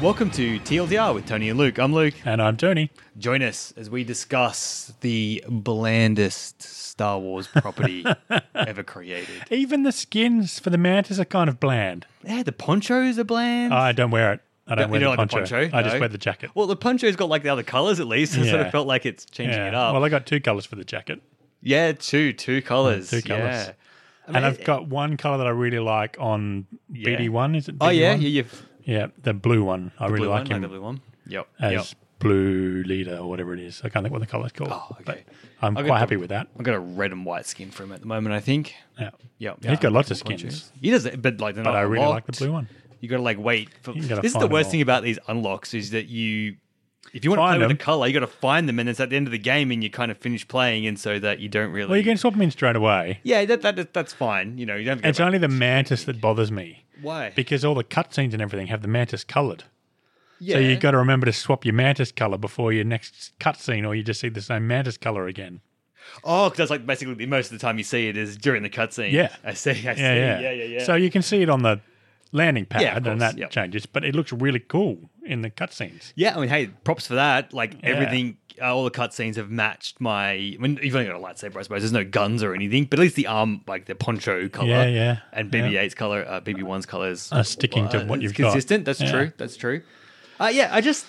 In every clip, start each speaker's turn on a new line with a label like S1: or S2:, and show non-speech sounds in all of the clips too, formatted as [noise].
S1: Welcome to TLDR with Tony and Luke. I'm Luke.
S2: And I'm Tony.
S1: Join us as we discuss the blandest Star Wars
S2: [laughs]
S1: property ever created.
S2: Even the skins for the mantis are kind of bland.
S1: Yeah, the ponchos are bland.
S2: I don't wear it. I don't
S1: You
S2: wear the,
S1: don't like
S2: poncho. I just
S1: no?
S2: wear the jacket.
S1: Well, the poncho's got like the other colors at least. [laughs] It sort
S2: Yeah.
S1: of felt like it's changing
S2: Yeah.
S1: it up.
S2: Well, I got two colors for the jacket,
S1: yeah, two, two colors.
S2: two colours.
S1: Yeah. I mean,
S2: and I've got one color that I really like on BD one. Is it? BD1?
S1: Oh yeah, yeah, you've
S2: Yeah, the blue one. I really
S1: blue
S2: like
S1: one,
S2: him
S1: the blue one. Yep.
S2: as
S1: yep.
S2: blue leader or whatever it is. I can't think what the color's called.
S1: Oh, okay.
S2: but I'm
S1: I've got
S2: quite
S1: the-
S2: happy with that.
S1: I've got a red and white skin for him at the moment. I think.
S2: Yeah,
S1: Yep.
S2: He's got lots of
S1: Ponchos.
S2: skins.
S1: He does, it, but like, they're
S2: but
S1: not
S2: I really like the
S1: unlocked.
S2: blue one.
S1: You got to like wait. For,
S2: You gotta
S1: this is the
S2: find them
S1: worst
S2: all.
S1: thing about these unlocks is that you, if you want to
S2: Find
S1: play with
S2: them.
S1: a color, you got to find them, and it's at the end of the game, and you kind of finish playing, and so that you don't really.
S2: Well, you can swap them in straight away.
S1: yeah, that, that that's fine. You know, you don't. Have to go
S2: It's
S1: back.
S2: only the mantis that bothers me
S1: why
S2: because all the cutscenes and everything have the mantis coloured.
S1: yeah.
S2: So you got to remember to swap your mantis color before your next cutscene, or you just see the same mantis color again.
S1: oh, because that's like basically the- most of the time you see it is during the cutscene.
S2: Yeah.
S1: I see. I see.
S2: Yeah, yeah,
S1: yeah, yeah. yeah.
S2: So you can see it on the landing pad,
S1: Yeah, of
S2: and
S1: course,
S2: that
S1: yep.
S2: changes. But it looks really cool in the cutscenes.
S1: Yeah, I mean, hey, props for that. Like everything, uh, all the cutscenes have matched my. I mean, you've only got a lightsaber, I suppose. There's no guns or anything, but at least the arm, like the poncho color,
S2: Yeah, yeah,
S1: and BB-8's color, uh, BB-1's colors
S2: Are sticking to what you've
S1: consistent. Consistent.
S2: got.
S1: That's
S2: Yeah.
S1: true. That's true. Uh, yeah, I just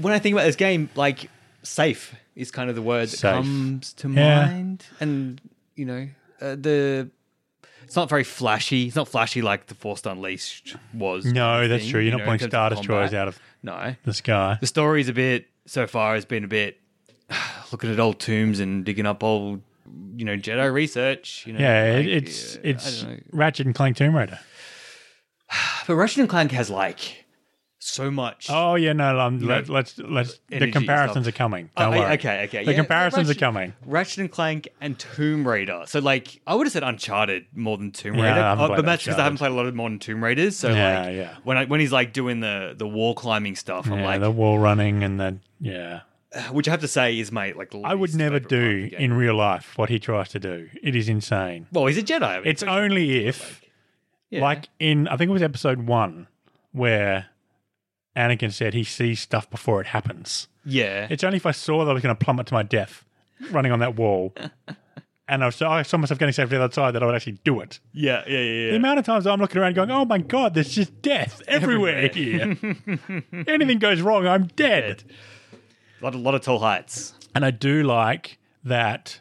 S1: when I think about this game, like safe is kind of the word that
S2: Safe.
S1: comes to
S2: Yeah.
S1: mind, and you know uh, the. It's not very flashy. It's not flashy like the Force Unleashed was.
S2: No, that's
S1: thing,
S2: true. You're
S1: you
S2: not
S1: know, in
S2: pulling
S1: terms of
S2: star
S1: combat.
S2: destroyers out of
S1: No,
S2: the sky.
S1: the story's a bit so far has been a bit [sighs] looking at old tombs and digging up old you know Jedi research. You know,
S2: Yeah,
S1: like,
S2: it, it's
S1: uh, I
S2: it's
S1: don't know.
S2: Ratchet and Clank Tomb Raider.
S1: but Ratchet and Clank has like so much.
S2: Oh yeah, no, um, let,
S1: know,
S2: let's let's
S1: energy
S2: the
S1: and
S2: comparisons are
S1: stuff.
S2: coming.
S1: Oh,
S2: Don't
S1: I-
S2: worry.
S1: okay, okay.
S2: The
S1: yeah,
S2: comparisons are
S1: Ratchet-
S2: coming.
S1: Ratchet and Clank and Tomb Raider. So like, I would have said Uncharted more than Tomb
S2: Yeah, I
S1: Raider,
S2: haven't
S1: Oh,
S2: played
S1: but that's because I haven't
S2: Uncharted.
S1: played a lot of modern Tomb Raiders. So
S2: Yeah,
S1: like,
S2: yeah.
S1: when I, when he's like doing the the wall climbing stuff, I'm
S2: Yeah,
S1: like,
S2: the wall running and the yeah.
S1: [sighs] which I have to say is my like.
S2: I would
S1: least
S2: never
S1: favorite part of the
S2: do
S1: game.
S2: in real life what he tries to do. It is insane.
S1: Well, he's a Jedi. I mean,
S2: It's only if,
S1: yeah.
S2: like in, I think it was episode one, where Anakin said he sees stuff before it happens.
S1: yeah,
S2: It's only if I saw that I was going to plummet to my death running on that [laughs] wall. And I, was, I saw myself getting safely to the other side that I would actually do it.
S1: yeah, yeah, yeah.
S2: The amount of times I'm looking around going, oh my God, there's just death [laughs] everywhere, [laughs] here. Anything goes wrong, I'm dead.
S1: A lot, a lot of tall heights.
S2: And I do like that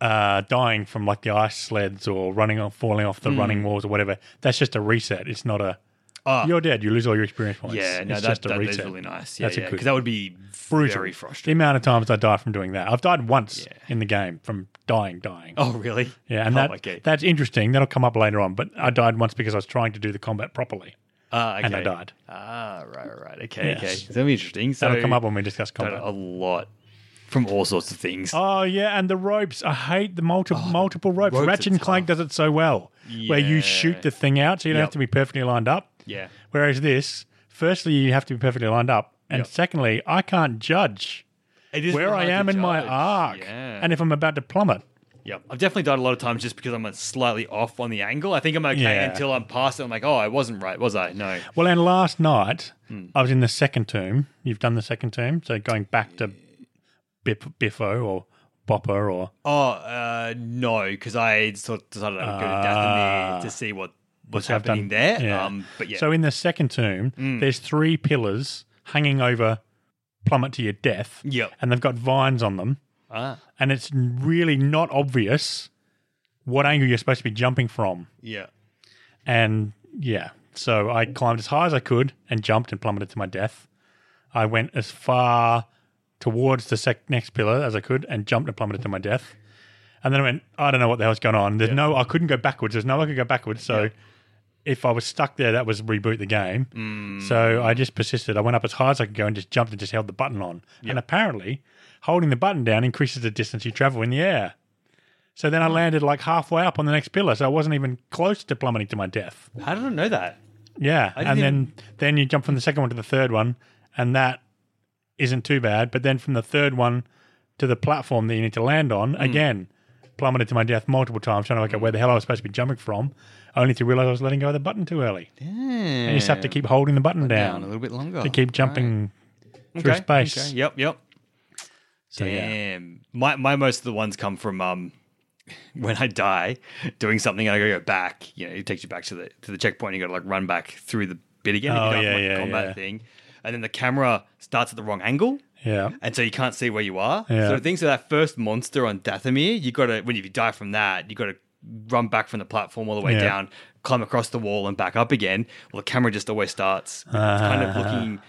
S2: uh, dying from like the ice sleds or running off, falling off the
S1: Hmm.
S2: running walls or whatever. That's just a reset. It's not a
S1: Ah.
S2: you're dead. You lose all your experience points.
S1: Yeah, no,
S2: it's
S1: that,
S2: just a
S1: that is
S2: reset.
S1: really nice. Yeah,
S2: That's a
S1: yeah,
S2: good-
S1: because that would be
S2: Brutal.
S1: very
S2: The
S1: frustrating. [laughs]
S2: amount of times I died from doing that, I've died once
S1: Yeah.
S2: in the game from dying, dying.
S1: Oh, really?
S2: yeah, and
S1: oh,
S2: that
S1: okay.
S2: that's interesting. That'll come up later on. But I died once because I was trying to do the combat properly,
S1: Ah, okay.
S2: and I died.
S1: Ah, right, right, right. Okay,
S2: Yes.
S1: okay. So that'll be interesting. So
S2: That'll come up when we discuss
S1: got
S2: combat.
S1: a lot from all sorts of things.
S2: Oh yeah, and the ropes. I hate the multiple multiple ropes.
S1: Oh, ropes are
S2: Ratchet and Clank does it so well, where you
S1: Yeah.
S2: shoot the thing out, so you don't
S1: Yep.
S2: have to be perfectly lined up.
S1: Yeah.
S2: Whereas this, firstly, you have to be perfectly lined up, and secondly, I can't judge
S1: It is
S2: where I
S1: hard to
S2: am in my
S1: judge.
S2: arc
S1: Yeah.
S2: and if I'm about to plummet.
S1: Yep. I've definitely died a lot of times just because I'm uh, slightly off on the angle. I think I'm okay
S2: Yeah.
S1: until I'm past it. I'm like, oh, I wasn't right, was I? No.
S2: Well, and last night
S1: Hmm.
S2: I was in the second tomb. You've done the second tomb, so going back to Bip, Biffo or Bopper or
S1: Oh, uh, no, because I sort of decided I would go to
S2: Ah.
S1: Dathomir to see what was
S2: I've
S1: happening
S2: done-
S1: there.
S2: yeah.
S1: Um, but yeah. Mm.
S2: So in the second tomb, there's three pillars hanging over plummet to your death.
S1: Yep.
S2: And they've got vines on them.
S1: Ah.
S2: And it's really not obvious what angle you're supposed to be jumping from.
S1: Yeah.
S2: And yeah. So I climbed as high as I could and jumped and plummeted to my death. I went as far towards the sec- next pillar as I could and jumped and plummeted to my death. And then I went, I don't know what the hell's going on. There's no, I couldn't go backwards. There's no way I could go backwards. So if I was stuck there, that was reboot the game. So I just persisted. I went up as high as I could go and just jumped and just held the button on. And apparently, holding the button down increases the distance you travel in the air. So then I landed like halfway up on the next pillar. So I wasn't even close to plummeting to my death.
S1: How did I know that?
S2: Yeah,
S1: didn't
S2: and then then you jump from the second one to the third one, and that
S1: Hmm.
S2: isn't too bad. But then from the third one to the platform that you need to land on again, plummeted to my death multiple times, trying to work out where the hell I was supposed to be jumping from, only to realize I was letting go of the button too early. And you just have to keep holding the
S1: down
S2: button
S1: a
S2: down
S1: little bit longer.
S2: to keep jumping through space.
S1: Okay. Yep, yep.
S2: So, yeah.
S1: Damn. My my most of the ones come from um [laughs] when I die doing something and I gotta go back, you know, it takes you back to the to the checkpoint, you gotta like run back through the bit again. if
S2: Oh,
S1: you don't
S2: yeah,
S1: have, like,
S2: yeah,
S1: combat
S2: yeah.
S1: thing. And then the camera starts at the wrong angle.
S2: Yeah.
S1: And so you can't see where you are.
S2: Yeah.
S1: Sort of thing. So that first monster on Dathomir, you gotta when if you die from that, you gotta run back from the platform all the way
S2: Yeah.
S1: down, climb across the wall and back up again. Well the camera just always starts it's kind of
S2: Ah.
S1: looking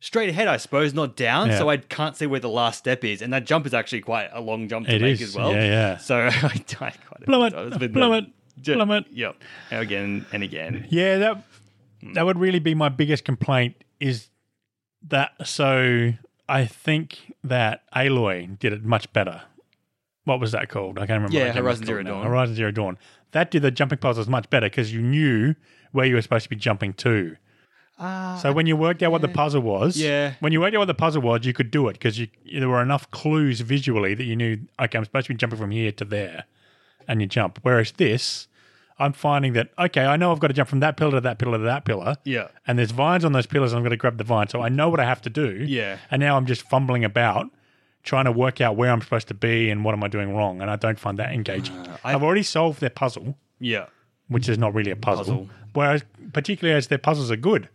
S1: straight ahead, I suppose, not down.
S2: Yeah.
S1: So I can't see where the last step is, and that jump is actually quite a long jump to
S2: It
S1: make
S2: is,
S1: as well.
S2: yeah, yeah.
S1: So [laughs] I died quite a
S2: Plummet,
S1: bit. Plummet,
S2: plummet, plummet.
S1: Yep. Again and again.
S2: Yeah, that that would really be my biggest complaint is that so I think that Aloy did it much better. What was that called? I can't remember.
S1: Yeah,
S2: what that game
S1: Horizon
S2: was
S1: Zero
S2: called now.
S1: Dawn.
S2: Horizon Zero Dawn. That did the jumping puzzles much better because you knew where you were supposed to be jumping to.
S1: Ah,
S2: So when you worked out what the puzzle was,
S1: Yeah.
S2: when you worked out what the puzzle was, you could do it because you there were enough clues visually that you knew. Okay, I'm supposed to be jumping from here to there, and you jump. Whereas this, I'm finding that okay, I know I've got to jump from that pillar to that pillar to that pillar.
S1: Yeah.
S2: and there's vines on those pillars, and I'm going to grab the vine, so I know what I have to do.
S1: Yeah.
S2: and now I'm just fumbling about. Trying to work out where I'm supposed to be and what am I doing wrong, and I don't find that engaging.
S1: Uh, I-
S2: I've already solved their puzzle,
S1: yeah.
S2: which is not really a puzzle.
S1: Puzzle.
S2: Whereas, particularly as their puzzles are good,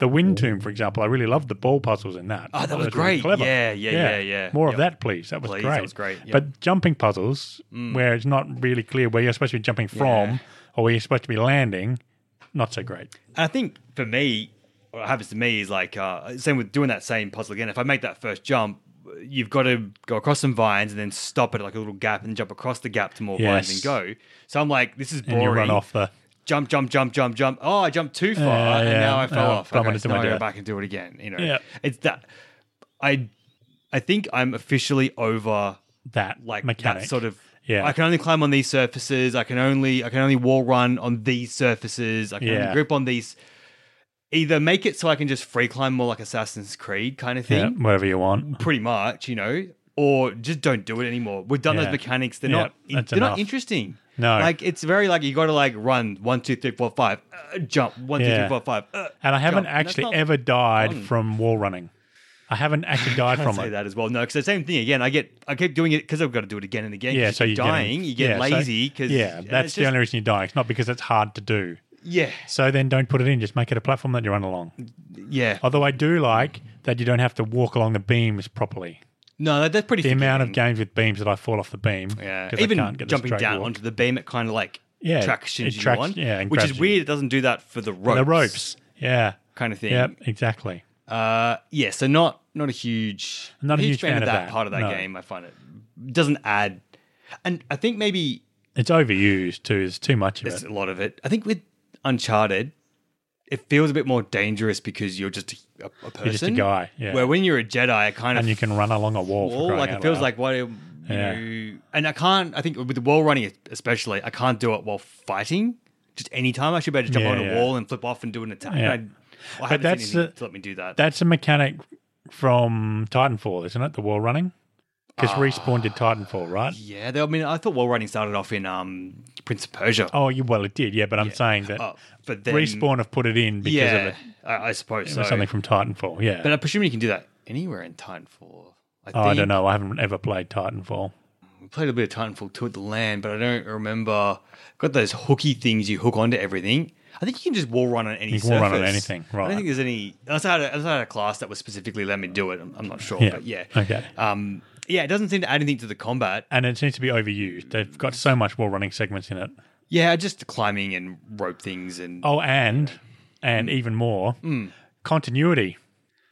S2: the Wind Tomb, for example, I really loved the ball puzzles in that.
S1: Oh, that was
S2: really
S1: great. Yeah, yeah, yeah, yeah.
S2: More of
S1: Yep.
S2: that, please. That was
S1: Please, that
S2: great.
S1: was great, yep. Mm.
S2: But jumping puzzles, where it's not really clear where you're supposed to be jumping from
S1: Yeah.
S2: or where you're supposed to be landing, not so great.
S1: And I think for me, what happens to me is like uh, same with doing that same puzzle again. If I make that first jump, you've got to go across some vines and then stop at like a little gap and jump across the gap to more vines
S2: Yes.
S1: and go. So I'm like, this is
S2: And
S1: boring.
S2: you run off the.
S1: jump, jump, jump, jump, jump. Oh, I jumped too far,
S2: Yeah, yeah.
S1: and now I fell
S2: Oh,
S1: off.
S2: plummeted
S1: Okay,
S2: to
S1: so
S2: my
S1: now I go
S2: death.
S1: back and do it again. You know,
S2: Yeah.
S1: it's that. I, I think I'm officially over
S2: That
S1: like
S2: mechanic.
S1: that sort of.
S2: Yeah.
S1: I can only climb on these surfaces. I can only I can only wall run on these surfaces. I can
S2: Yeah.
S1: only grip on these. Either make it so I can just free climb more like Assassin's Creed kind of
S2: Yeah,
S1: thing,
S2: whatever you want.
S1: pretty much, you know, or just don't do it anymore. We've done
S2: Yeah.
S1: those mechanics; they're
S2: Yeah,
S1: not
S2: that's
S1: they're
S2: enough.
S1: not interesting.
S2: No.
S1: like it's very like you got to like run one, two, three, four, five, uh, jump one, two, three,
S2: Yeah.
S1: four, five. Uh,
S2: And I haven't
S1: jump. And that's
S2: actually
S1: not-
S2: ever died
S1: fun.
S2: from wall running. I haven't actually died
S1: I'd [laughs]
S2: from
S1: say
S2: it.
S1: that as well. No, because the same thing again. I get I keep doing it because I've got to do it again and again. 'cause
S2: Yeah,
S1: you
S2: so
S1: keep
S2: you're getting-
S1: dying, you get
S2: yeah, so-
S1: lazy because
S2: yeah, that's the only reason you're dying. It's not because it's hard to do.
S1: yeah,
S2: So then don't put it in. Just make it a platform that you run along.
S1: yeah.
S2: Although I do like that you don't have to walk along the beams properly.
S1: No, that, that's pretty.
S2: The amount of
S1: forgiving.
S2: games with beams that I fall off the beam,
S1: Yeah,
S2: 'cause I
S1: even
S2: can't get a
S1: jumping
S2: straight
S1: down
S2: walk.
S1: onto the beam, it kind of like
S2: Yeah, it-
S1: tractions
S2: it
S1: you
S2: tracks-
S1: on,
S2: yeah, and
S1: which
S2: grabs
S1: is
S2: you.
S1: weird. It doesn't do that for the ropes.
S2: the ropes. Yeah,
S1: kind of thing.
S2: yep, exactly.
S1: Uh, yeah, so not not a huge
S2: Not a huge
S1: fan,
S2: fan
S1: of
S2: of
S1: that,
S2: that,
S1: part of that
S2: no.
S1: game. I find it doesn't add, and I think maybe
S2: It's overused too. There's too much of
S1: there's
S2: it.
S1: a lot of it. I think with Uncharted, it feels a bit more dangerous because you're just a, a person,
S2: You're just a guy, yeah,
S1: Where when you're a Jedi, I kind
S2: and
S1: of
S2: you can run along a wall.
S1: wall.
S2: for
S1: Like it feels like what you
S2: Yeah.
S1: know, and I can't. I think with the wall running especially, I can't do it while fighting. Just any time I should be able to jump
S2: Yeah,
S1: on a
S2: yeah.
S1: wall and flip off and do an attack.
S2: Yeah.
S1: And I, I haven't
S2: that's
S1: seen anything
S2: the-
S1: to let me do that.
S2: that's a mechanic from Titanfall, isn't it? The wall running
S1: Ah.
S2: because respawn did Titanfall, right?
S1: yeah, they, I mean, I thought wall running started off in um, Prince of Persia.
S2: Oh, you, well, it did, yeah. But I'm saying that
S1: Uh, but then
S2: respawn have put it in because of
S1: yeah,
S2: it.
S1: I, I suppose
S2: It
S1: so.
S2: was something from Titanfall, yeah.
S1: But I presume you can do that anywhere in Titanfall. I,
S2: Oh, I don't know. I haven't ever played Titanfall.
S1: We played a bit of Titanfall 2 at the land, but I don't remember. Got those hooky things you hook onto everything. I think you can just wall run on any
S2: You can
S1: surface.
S2: wall run on anything,
S1: I
S2: right.
S1: don't think there's any. Unless I had a, unless I had a class that was specifically let me do it. I'm, I'm not sure,
S2: Yeah.
S1: but yeah.
S2: Okay.
S1: Um, yeah, it doesn't seem to add anything to the combat.
S2: And it seems to be overused. They've got so much wall running segments in it.
S1: Yeah, just climbing and rope things and.
S2: Oh, and and
S1: Mm.
S2: even more continuity.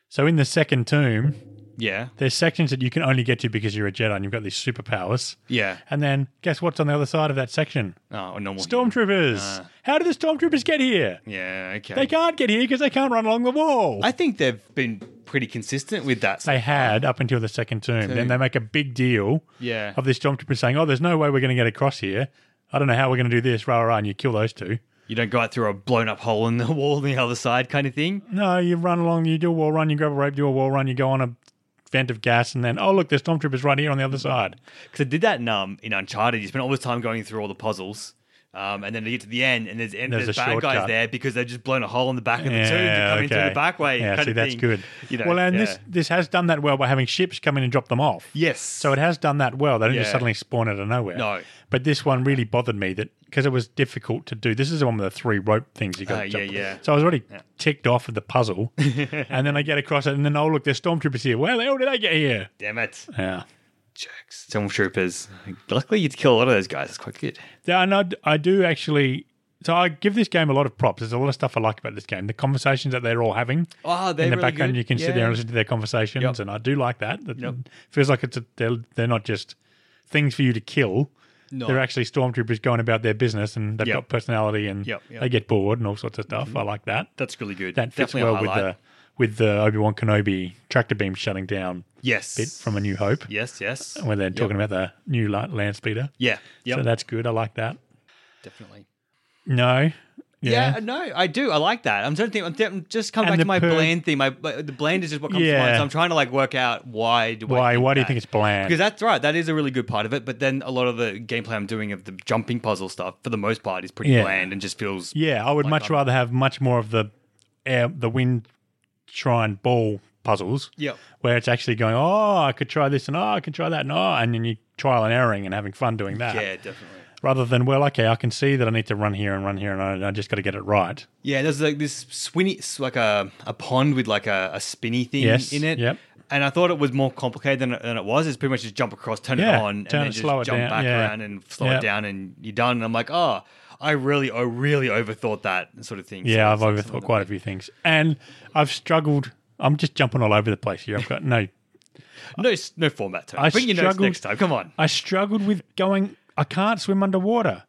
S2: So in the second tomb,
S1: Yeah.
S2: there's sections that you can only get to because you're a Jedi and you've got these superpowers.
S1: Yeah.
S2: And then guess what's on the other side of that section?
S1: Oh, a normal. Uh.
S2: Stormtroopers. How did the stormtroopers get here?
S1: Yeah, okay.
S2: They can't get here because they can't run along the wall.
S1: I think they've been pretty consistent with that.
S2: they had up until the second tomb. Then they make a big deal
S1: yeah.
S2: of this stormtrooper saying, "Oh, there's no way we're going to get across here. I don't know how we're going to do this." Rah rah, rah, and you kill those two.
S1: You don't go out through a blown up hole in the [laughs] wall on the other side kind of thing.
S2: No, you run along, you do a wall run, you grab a rope, do a wall run, you go on a vent of gas, and then oh look, there's stormtroopers right here on the other side.
S1: Because I did that in, um, in Uncharted. You spend all this time going through all the puzzles. Um, and then you get to the end, and there's and
S2: There's
S1: there's,
S2: a
S1: bad guys
S2: shortcut.
S1: there because they've just blown a hole in the back of the tube to come in through the back way.
S2: Yeah,
S1: kind
S2: see,
S1: of
S2: that's
S1: thing.
S2: good.
S1: You know,
S2: well, and
S1: yeah.
S2: this this has done that well by having ships come in and drop them off.
S1: yes,
S2: So it has done that well. They don't just
S1: Yeah.
S2: suddenly spawn out of nowhere.
S1: No.
S2: But this one really bothered me that because it was difficult to do. This is the one with the three rope things you got.
S1: Uh,
S2: to
S1: yeah,
S2: jump.
S1: yeah.
S2: So I was already ticked off with
S1: [laughs]
S2: the puzzle, and then I get across it, and then oh look, there's stormtroopers here. Well, how did I get here?
S1: damn it,
S2: Yeah.
S1: jerks, stormtroopers. Luckily, you'd kill a lot of those guys. It's quite good.
S2: Yeah, and I, d- I do actually. So I give this game a lot of props. There's a lot of stuff I like about this game. The conversations that Ah, they're all having.
S1: Oh, they're
S2: in the
S1: really
S2: background,
S1: good.
S2: you can sit there
S1: Yeah.
S2: and listen to their conversations,
S1: Yep.
S2: and I do like that. That
S1: Yep.
S2: feels like it's a, they're they're not just things for you to kill.
S1: No.
S2: They're actually stormtroopers going about their business, and they've
S1: Yep.
S2: got personality, and
S1: Yep, yep.
S2: they get bored and all sorts of stuff. I like that.
S1: That's really good.
S2: That fits
S1: Definitely a
S2: well with
S1: highlight.
S2: the with the Obi Wan Kenobi tractor beam shutting down
S1: yes
S2: bit from A New Hope,
S1: yes, yes.
S2: where they're talking about the new la- land speeder.
S1: Yeah, yep,
S2: So that's good. I like that.
S1: definitely.
S2: No.
S1: Yeah. no, I do. I like that. I'm trying to think. I'm, I'm just coming back
S2: And the
S1: to my
S2: per-
S1: bland thing. My my- the bland is just what comes to
S2: Yeah.
S1: mind. So I'm trying to like work out why do I
S2: Why?
S1: think
S2: Why do you
S1: that?
S2: think it's bland?
S1: Because that's right. That is a really good part of it. But then a lot of the gameplay I'm doing of the jumping puzzle stuff, for the most part, is pretty
S2: Yeah.
S1: bland and just feels.
S2: Yeah, I would much rather have much more of the air, the wind shrine ball puzzles.
S1: Yep.
S2: Where it's actually going, oh, I could try this and oh, I can try that and oh, and then you trial and erroring and having fun doing that.
S1: Yeah, definitely.
S2: Rather than, well, okay, I can see that I need to run here and run here and I, I just got to get it right.
S1: Yeah, there's like this swinny, s- like a, a pond with like a, a spinny thing
S2: Yes,
S1: in it.
S2: yep.
S1: And I thought it was more complicated than, it- than it was. It's pretty much just jump across, turn
S2: Yeah,
S1: it on,
S2: turn
S1: and
S2: it,
S1: then just
S2: slow it
S1: jump
S2: down,
S1: back
S2: yeah.
S1: around and slow
S2: Yep.
S1: it down, and you're done. And I'm like, oh, I really, I really overthought that sort of thing. So
S2: Yeah,
S1: it's
S2: I've
S1: like some of
S2: overthought
S1: the-
S2: quite a few things, and I've struggled. I'm just jumping all over the place here. I've got no.
S1: No, s- no format. Tony.
S2: I
S1: Bring your notes
S2: struggled-
S1: next time. Come on.
S2: I struggled with going. I can't swim underwater.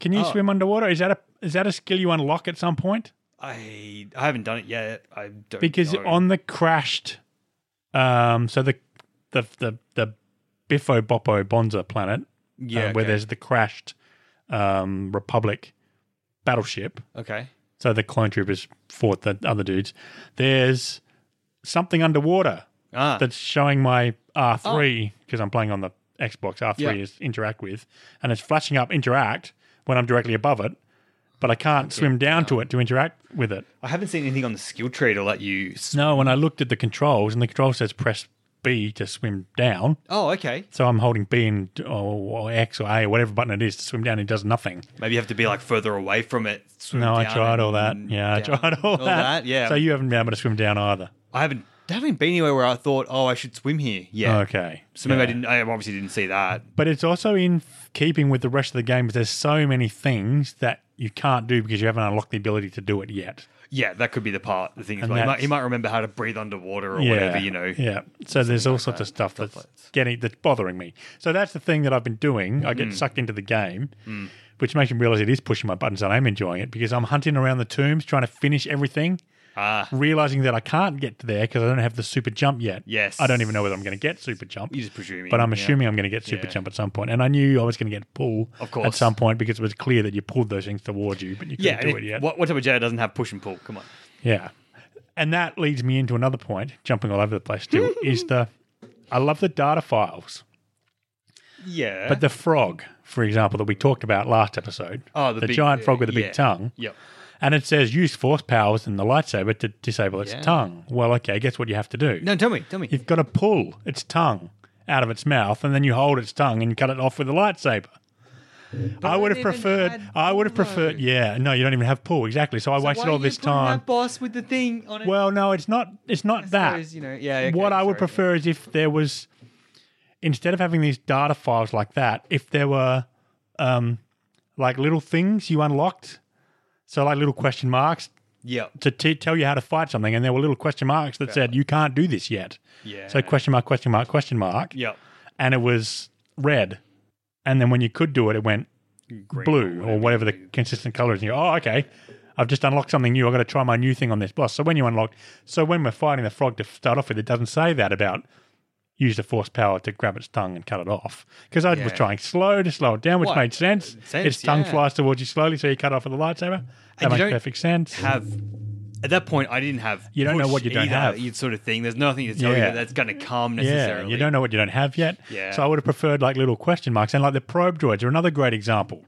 S2: Can you
S1: Oh.
S2: swim underwater? Is that a is that a skill you unlock at some point?
S1: I I haven't done it yet. I don't
S2: because
S1: know.
S2: on the crashed um so the the the, the biffo boppo bonza planet
S1: yeah,
S2: uh,
S1: okay.
S2: where there's the crashed um republic battleship
S1: okay.
S2: so the clone troopers fought the other dudes there's something underwater
S1: Ah,
S2: that's showing my r3 because i'm playing on the xbox r3
S1: Oh. Yeah.
S2: is interact with and it's flashing up interact when i'm directly above it but i can't swim down to it to interact with it
S1: I haven't seen anything on the skill tree to let you. s-
S2: no, when I looked at the controls, and the control says press B to swim down.
S1: Oh, okay.
S2: So I'm holding B and or, or X or A or whatever button it is to swim down. It does nothing.
S1: Maybe you have to be like further away from it. swim
S2: No, I
S1: down
S2: tried all that.
S1: and
S2: Yeah, I
S1: down.
S2: tried all, that.
S1: Yeah,
S2: So you haven't been able to swim down either.
S1: I haven't haven't been anywhere where I thought, oh, I should swim here. Yeah.
S2: Oh, Okay.
S1: So maybe
S2: Yeah.
S1: I didn't. I obviously didn't see that.
S2: But it's also in keeping with the rest of the game. 'cause There's so many things that you can't do because you haven't unlocked the ability to do it yet.
S1: Yeah, that could be the part. The thing is,
S2: And
S1: well, he, might,
S2: that's-
S1: he might remember how to breathe underwater or whatever. You know.
S2: Yeah. So there's all sorts of stuff that's getting that's bothering me. So that's the thing that I've been doing. I
S1: Mm.
S2: get sucked into the game, which makes me realize it is pushing my buttons and I'm enjoying it because I'm hunting around the tombs trying to finish everything,
S1: Ah,
S2: realizing that I can't get to there because I don't have the super jump yet.
S1: Yes.
S2: I don't even know whether I'm going to get super jump.
S1: you're just presuming.
S2: But I'm
S1: yeah.
S2: assuming I'm going to get super
S1: Yeah.
S2: jump at some point, and I knew I was going to get pull
S1: Of
S2: at
S1: course.
S2: some point because it was clear that you pulled those things towards you, but you
S1: Yeah.
S2: couldn't
S1: and
S2: do
S1: if-
S2: it yet.
S1: What, what type of Jedi doesn't have push and pull? Come on.
S2: Yeah. And that leads me into another point, jumping all over the
S1: [laughs]
S2: place still, is the I love the data files.
S1: Yeah.
S2: But the frog, for example, that we talked about last episode.
S1: Oh, the big-
S2: giant frog with a
S1: yeah.
S2: big tongue.
S1: Yep.
S2: And it says use force powers in the lightsaber to disable its
S1: Yeah.
S2: tongue. Well, okay, guess what you have to do?
S1: No, tell me. Tell me.
S2: You've got to pull its tongue out of its mouth and then you hold its tongue and cut it off with a lightsaber. I would have
S1: it even
S2: preferred
S1: had
S2: I would have
S1: pull,
S2: preferred
S1: though.
S2: yeah, no, you don't even have pull, exactly. So I wasted all this time.
S1: boss with the thing on it.
S2: Well, no, it's not. It's not that.
S1: suppose, you know, yeah, okay,
S2: what I would
S1: sorry,
S2: prefer is if there was, instead of having these data files like that, if there were, um, like little things you unlocked, so like little question marks
S1: yeah.
S2: to t- tell you how to fight something, and there were little question marks that said you can't do this yet.
S1: Yeah.
S2: So question mark, question mark, question mark,
S1: Yep.
S2: and it was red, and then when you could do it, it went blue or whatever the consistent color is. And you go, oh, okay. I've just unlocked something new. I've got to try my new thing on this boss. So when you unlock, so when we're fighting the frog to start off with, it doesn't say that about use the force power to grab its tongue and cut it off. Because I was
S1: Yeah.
S2: trying slow to slow it down, which
S1: What?
S2: made sense.
S1: Sense,
S2: Its tongue
S1: yeah.
S2: flies towards you slowly, so you cut it off with a lightsaber. That
S1: you
S2: makes
S1: don't
S2: perfect sense.
S1: Have at that point, I didn't have
S2: You don't know
S1: push
S2: what you don't
S1: either,
S2: have.
S1: you sort of thing. There's nothing to tell you
S2: Yeah.
S1: that that's going to come
S2: Yeah,
S1: necessarily.
S2: you don't know what you don't have yet.
S1: Yeah.
S2: So I would have preferred like little question marks and like the probe droids are another great example,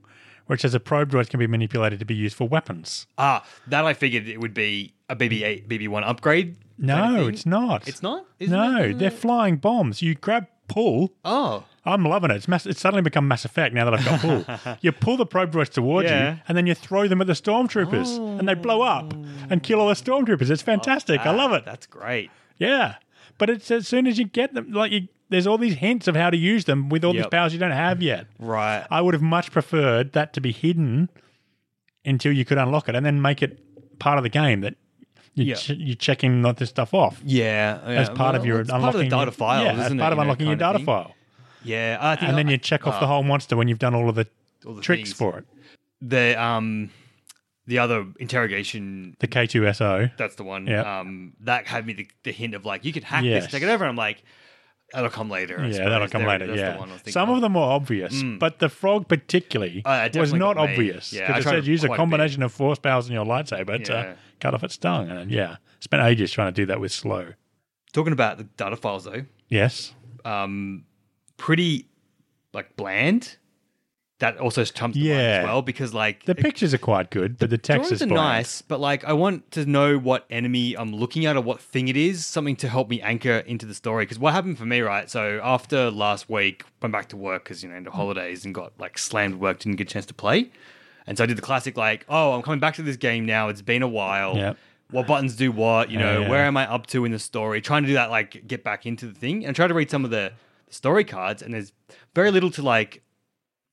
S2: where it says the probe droids can be manipulated to be used for weapons.
S1: Ah, that I figured it would be a BB-8, BB-1 upgrade. kind of
S2: No,
S1: thing.
S2: it's not.
S1: It's not. Isn't
S2: No,
S1: it?
S2: they're flying bombs. You grab pull.
S1: Oh,
S2: I'm loving it. It's, mass- it's suddenly become Mass Effect now that I've got
S1: [laughs]
S2: pull. you pull the probe droids towards
S1: Yeah.
S2: you, and then you throw them at the stormtroopers, and they blow up and kill all the stormtroopers. It's fantastic. I
S1: ah,
S2: love it.
S1: That's great.
S2: Yeah, but it's as soon as you get them, like you, there's all these hints of how to use them with all these
S1: Yep.
S2: powers you don't have yet.
S1: Right.
S2: I would have much preferred that to be hidden until you could unlock it, and then make it part of the game that you
S1: Yeah.
S2: ch- you checking all this stuff off
S1: Yeah, yeah.
S2: as part of
S1: Well,
S2: your
S1: it's
S2: unlocking
S1: part of the data file,
S2: Yeah,
S1: isn't
S2: as
S1: it,
S2: part
S1: you
S2: of
S1: know,
S2: unlocking your
S1: kind of
S2: data
S1: thing?
S2: file,
S1: Yeah, I think
S2: and then
S1: I-
S2: you check off
S1: uh,
S2: the whole monster when you've done all of the
S1: all the
S2: tricks
S1: things.
S2: for it.
S1: the um the other interrogation.
S2: The K two S O.
S1: That's the one.
S2: Yep.
S1: Um, that had me the, the hint of like you can hack
S2: Yes.
S1: this, take it over. I'm like, that'll come later. I
S2: Yeah,
S1: suppose.
S2: that'll come
S1: There-
S2: later.
S1: that's the
S2: Yeah,
S1: one I was thinking
S2: some of them were obvious, but the frog particularly
S1: Uh, it
S2: was
S1: definitely
S2: not
S1: got me.
S2: obvious
S1: Yeah,
S2: because
S1: I
S2: it
S1: tried
S2: said use a
S1: quite a bit.
S2: combination of force powers in your lightsaber
S1: Yeah.
S2: to cut off its tongue, and yeah, spent ages trying to do that with slow.
S1: Talking about the data files though,
S2: Yes,
S1: um, pretty like bland. That also comes to mind
S2: Yeah.
S1: as well because like
S2: the pictures are quite good, but the text
S1: drawings
S2: is
S1: are
S2: bland.
S1: nice, but like I want to know what enemy I'm looking at or what thing it is, something to help me anchor into the story. Because what happened for me, right? So after last week, went back to work because you know end
S2: Mm.
S1: of holidays and got like slammed with work, didn't get a chance to play, and so I did the classic like, oh, I'm coming back to this game now. It's been a while.
S2: Yep.
S1: What buttons do what? You know,
S2: Yeah.
S1: where am I up to in the story? Trying to do that like get back into the thing and try to read some of the story cards, and there's very little to like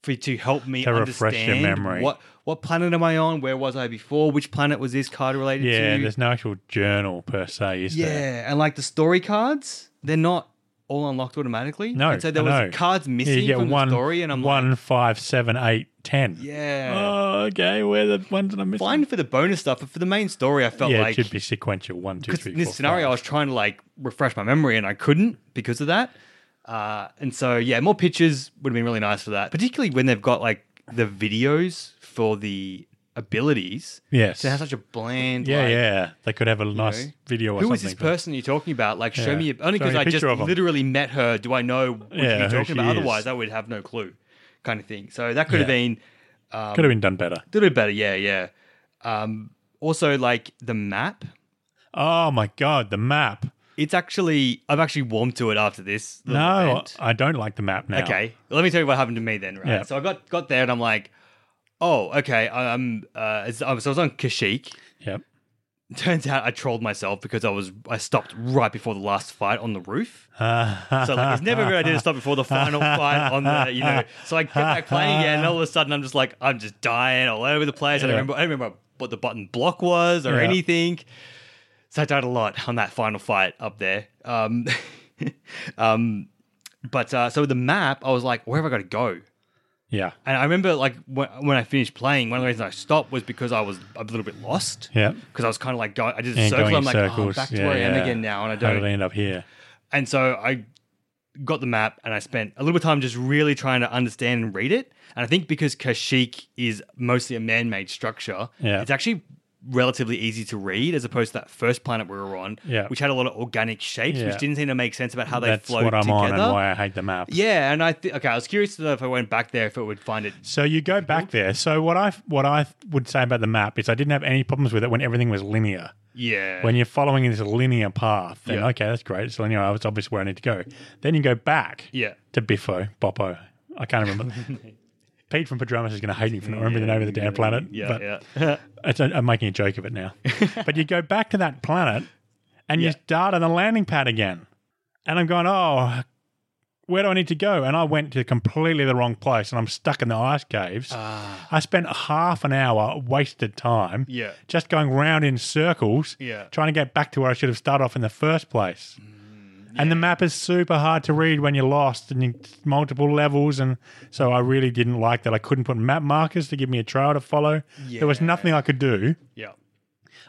S1: for to help me
S2: To refresh
S1: understand
S2: your memory.
S1: what what planet am I on? Where was I before? Which planet was this card related
S2: Yeah,
S1: to?
S2: there's no actual journal per se, is
S1: yeah,
S2: there?
S1: and like the story cards, they're not all unlocked automatically.
S2: No,
S1: and so there
S2: I
S1: was
S2: know.
S1: cards
S2: Yeah,
S1: missing
S2: you get
S1: from
S2: one,
S1: the story, and I'm like,
S2: one, five, seven, eight, ten.
S1: yeah,
S2: Oh, okay. Where the ones that I'm missing?
S1: fine for the bonus stuff, but for the main story, I felt
S2: yeah,
S1: like
S2: it should be sequential. One, two,
S1: because
S2: three,
S1: in this
S2: four,
S1: scenario, I
S2: five.
S1: was trying to like refresh my memory, and I couldn't because of that. Uh, and so yeah, more pictures would have been really nice for that, particularly when they've got like the videos for the abilities.
S2: Yes.
S1: So it has such a bland,
S2: Yeah,
S1: like,
S2: yeah. They could have a nice
S1: know,
S2: video or
S1: Who
S2: something.
S1: is this
S2: for-
S1: person you're talking about? Like,
S2: Yeah.
S1: show me only
S2: Show me
S1: because
S2: a
S1: I just
S2: picture of 'em.
S1: literally met her. Do I know what
S2: Yeah,
S1: you're
S2: who she
S1: talking about?
S2: is.
S1: Otherwise, I would have no clue, kind of thing. So that could have
S2: Yeah.
S1: been
S2: Could have been done better.
S1: a little bit better. Yeah, yeah. Um, also, like the map,
S2: Oh my god, the map.
S1: it's actually I've actually warmed to it after this. little
S2: No,
S1: event.
S2: I don't like the map now.
S1: Okay, let me tell you what happened to me then. Right,
S2: Yeah.
S1: so I got got there and I'm like, oh, okay. I- I'm uh, so I was on Kashyyyk. [laughs]
S2: Yep.
S1: Turns out I trolled myself because I was I stopped right before the last fight on the roof.
S2: Uh,
S1: So like, it's never a good idea to stop before the final fight on the, you know. So I get back playing again, and all of a sudden I'm just like, I'm just dying all over the place. I
S2: Yeah.
S1: don't remember, I don't remember what the button block was or
S2: Yeah.
S1: anything. So I died a lot on that final fight up there. Um, [laughs] um, but uh, so the map, I was like, where have I got to go?
S2: [laughs] yeah.
S1: And I remember like when, when I finished playing, one of the reasons I stopped was because I was a little bit lost.
S2: Yeah.
S1: Because I was kind of like going, I did a
S2: And
S1: circle.
S2: going
S1: I'm
S2: in
S1: like, oh, I'm
S2: circles.
S1: back to
S2: Yeah,
S1: where I am
S2: yeah.
S1: again now, and I
S2: How
S1: don't
S2: did I end up here?
S1: and so I got the map and I spent a little bit of time just really trying to understand and read it. And I think because Kashyyyk is mostly a man made structure,
S2: Yeah.
S1: it's actually relatively easy to read as opposed to that first planet we were on,
S2: Yeah.
S1: which had a lot of organic shapes,
S2: Yeah.
S1: which didn't seem to make sense about how they
S2: That's
S1: flowed
S2: what I'm on
S1: together.
S2: and why I hate the map.
S1: yeah, and I think okay, I was curious to know if I went back there if it would find it.
S2: So you go back
S1: Mm-hmm.
S2: there. So what I what I would say about the map is I didn't have any problems with it when everything was linear.
S1: Yeah,
S2: When you're following this linear path, then
S1: Yeah.
S2: okay, that's great. It's linear. It's obvious where I need to go. Then you go back
S1: yeah,
S2: to Biffo, Boppo. I
S1: [laughs]
S2: can't remember. Pete from Padramas is going to hate me for not remembering the name of the damn planet.
S1: yeah,
S2: but
S1: yeah. [laughs]
S2: It's, I'm making a joke of it now. but you go back to that planet and you
S1: Yeah.
S2: start on the landing pad again. And I'm going, oh, where do I need to go? And I went to completely the wrong place and I'm stuck in the ice caves. I spent half an hour wasted time
S1: Ah. Yeah.
S2: just going round in circles
S1: Yeah.
S2: trying to get back to where I should have started off in the first place.
S1: Mm,
S2: And the map is super hard to read when you're lost and you, multiple levels. And so I really didn't like that. I couldn't put map markers to give me a trail to follow. There was
S1: Yeah.
S2: nothing I could do.
S1: yeah.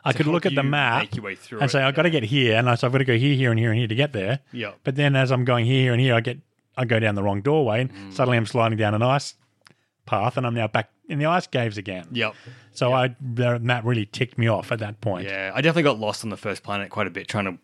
S2: I could
S1: help
S2: look at the
S1: you
S2: map
S1: make your way through
S2: and
S1: it,
S2: say, I've got to get here. And I, so I've got to go here, here, and here, and here to get there.
S1: Yeah.
S2: But
S1: Mm.
S2: then as I'm going here, here, and here, I get I go down the wrong doorway and suddenly I'm sliding down an ice path, and I'm now back in the ice caves again.
S1: Yep.
S2: So I that, that really ticked me off at that point.
S1: Yeah, I definitely got lost on the first planet quite a bit trying to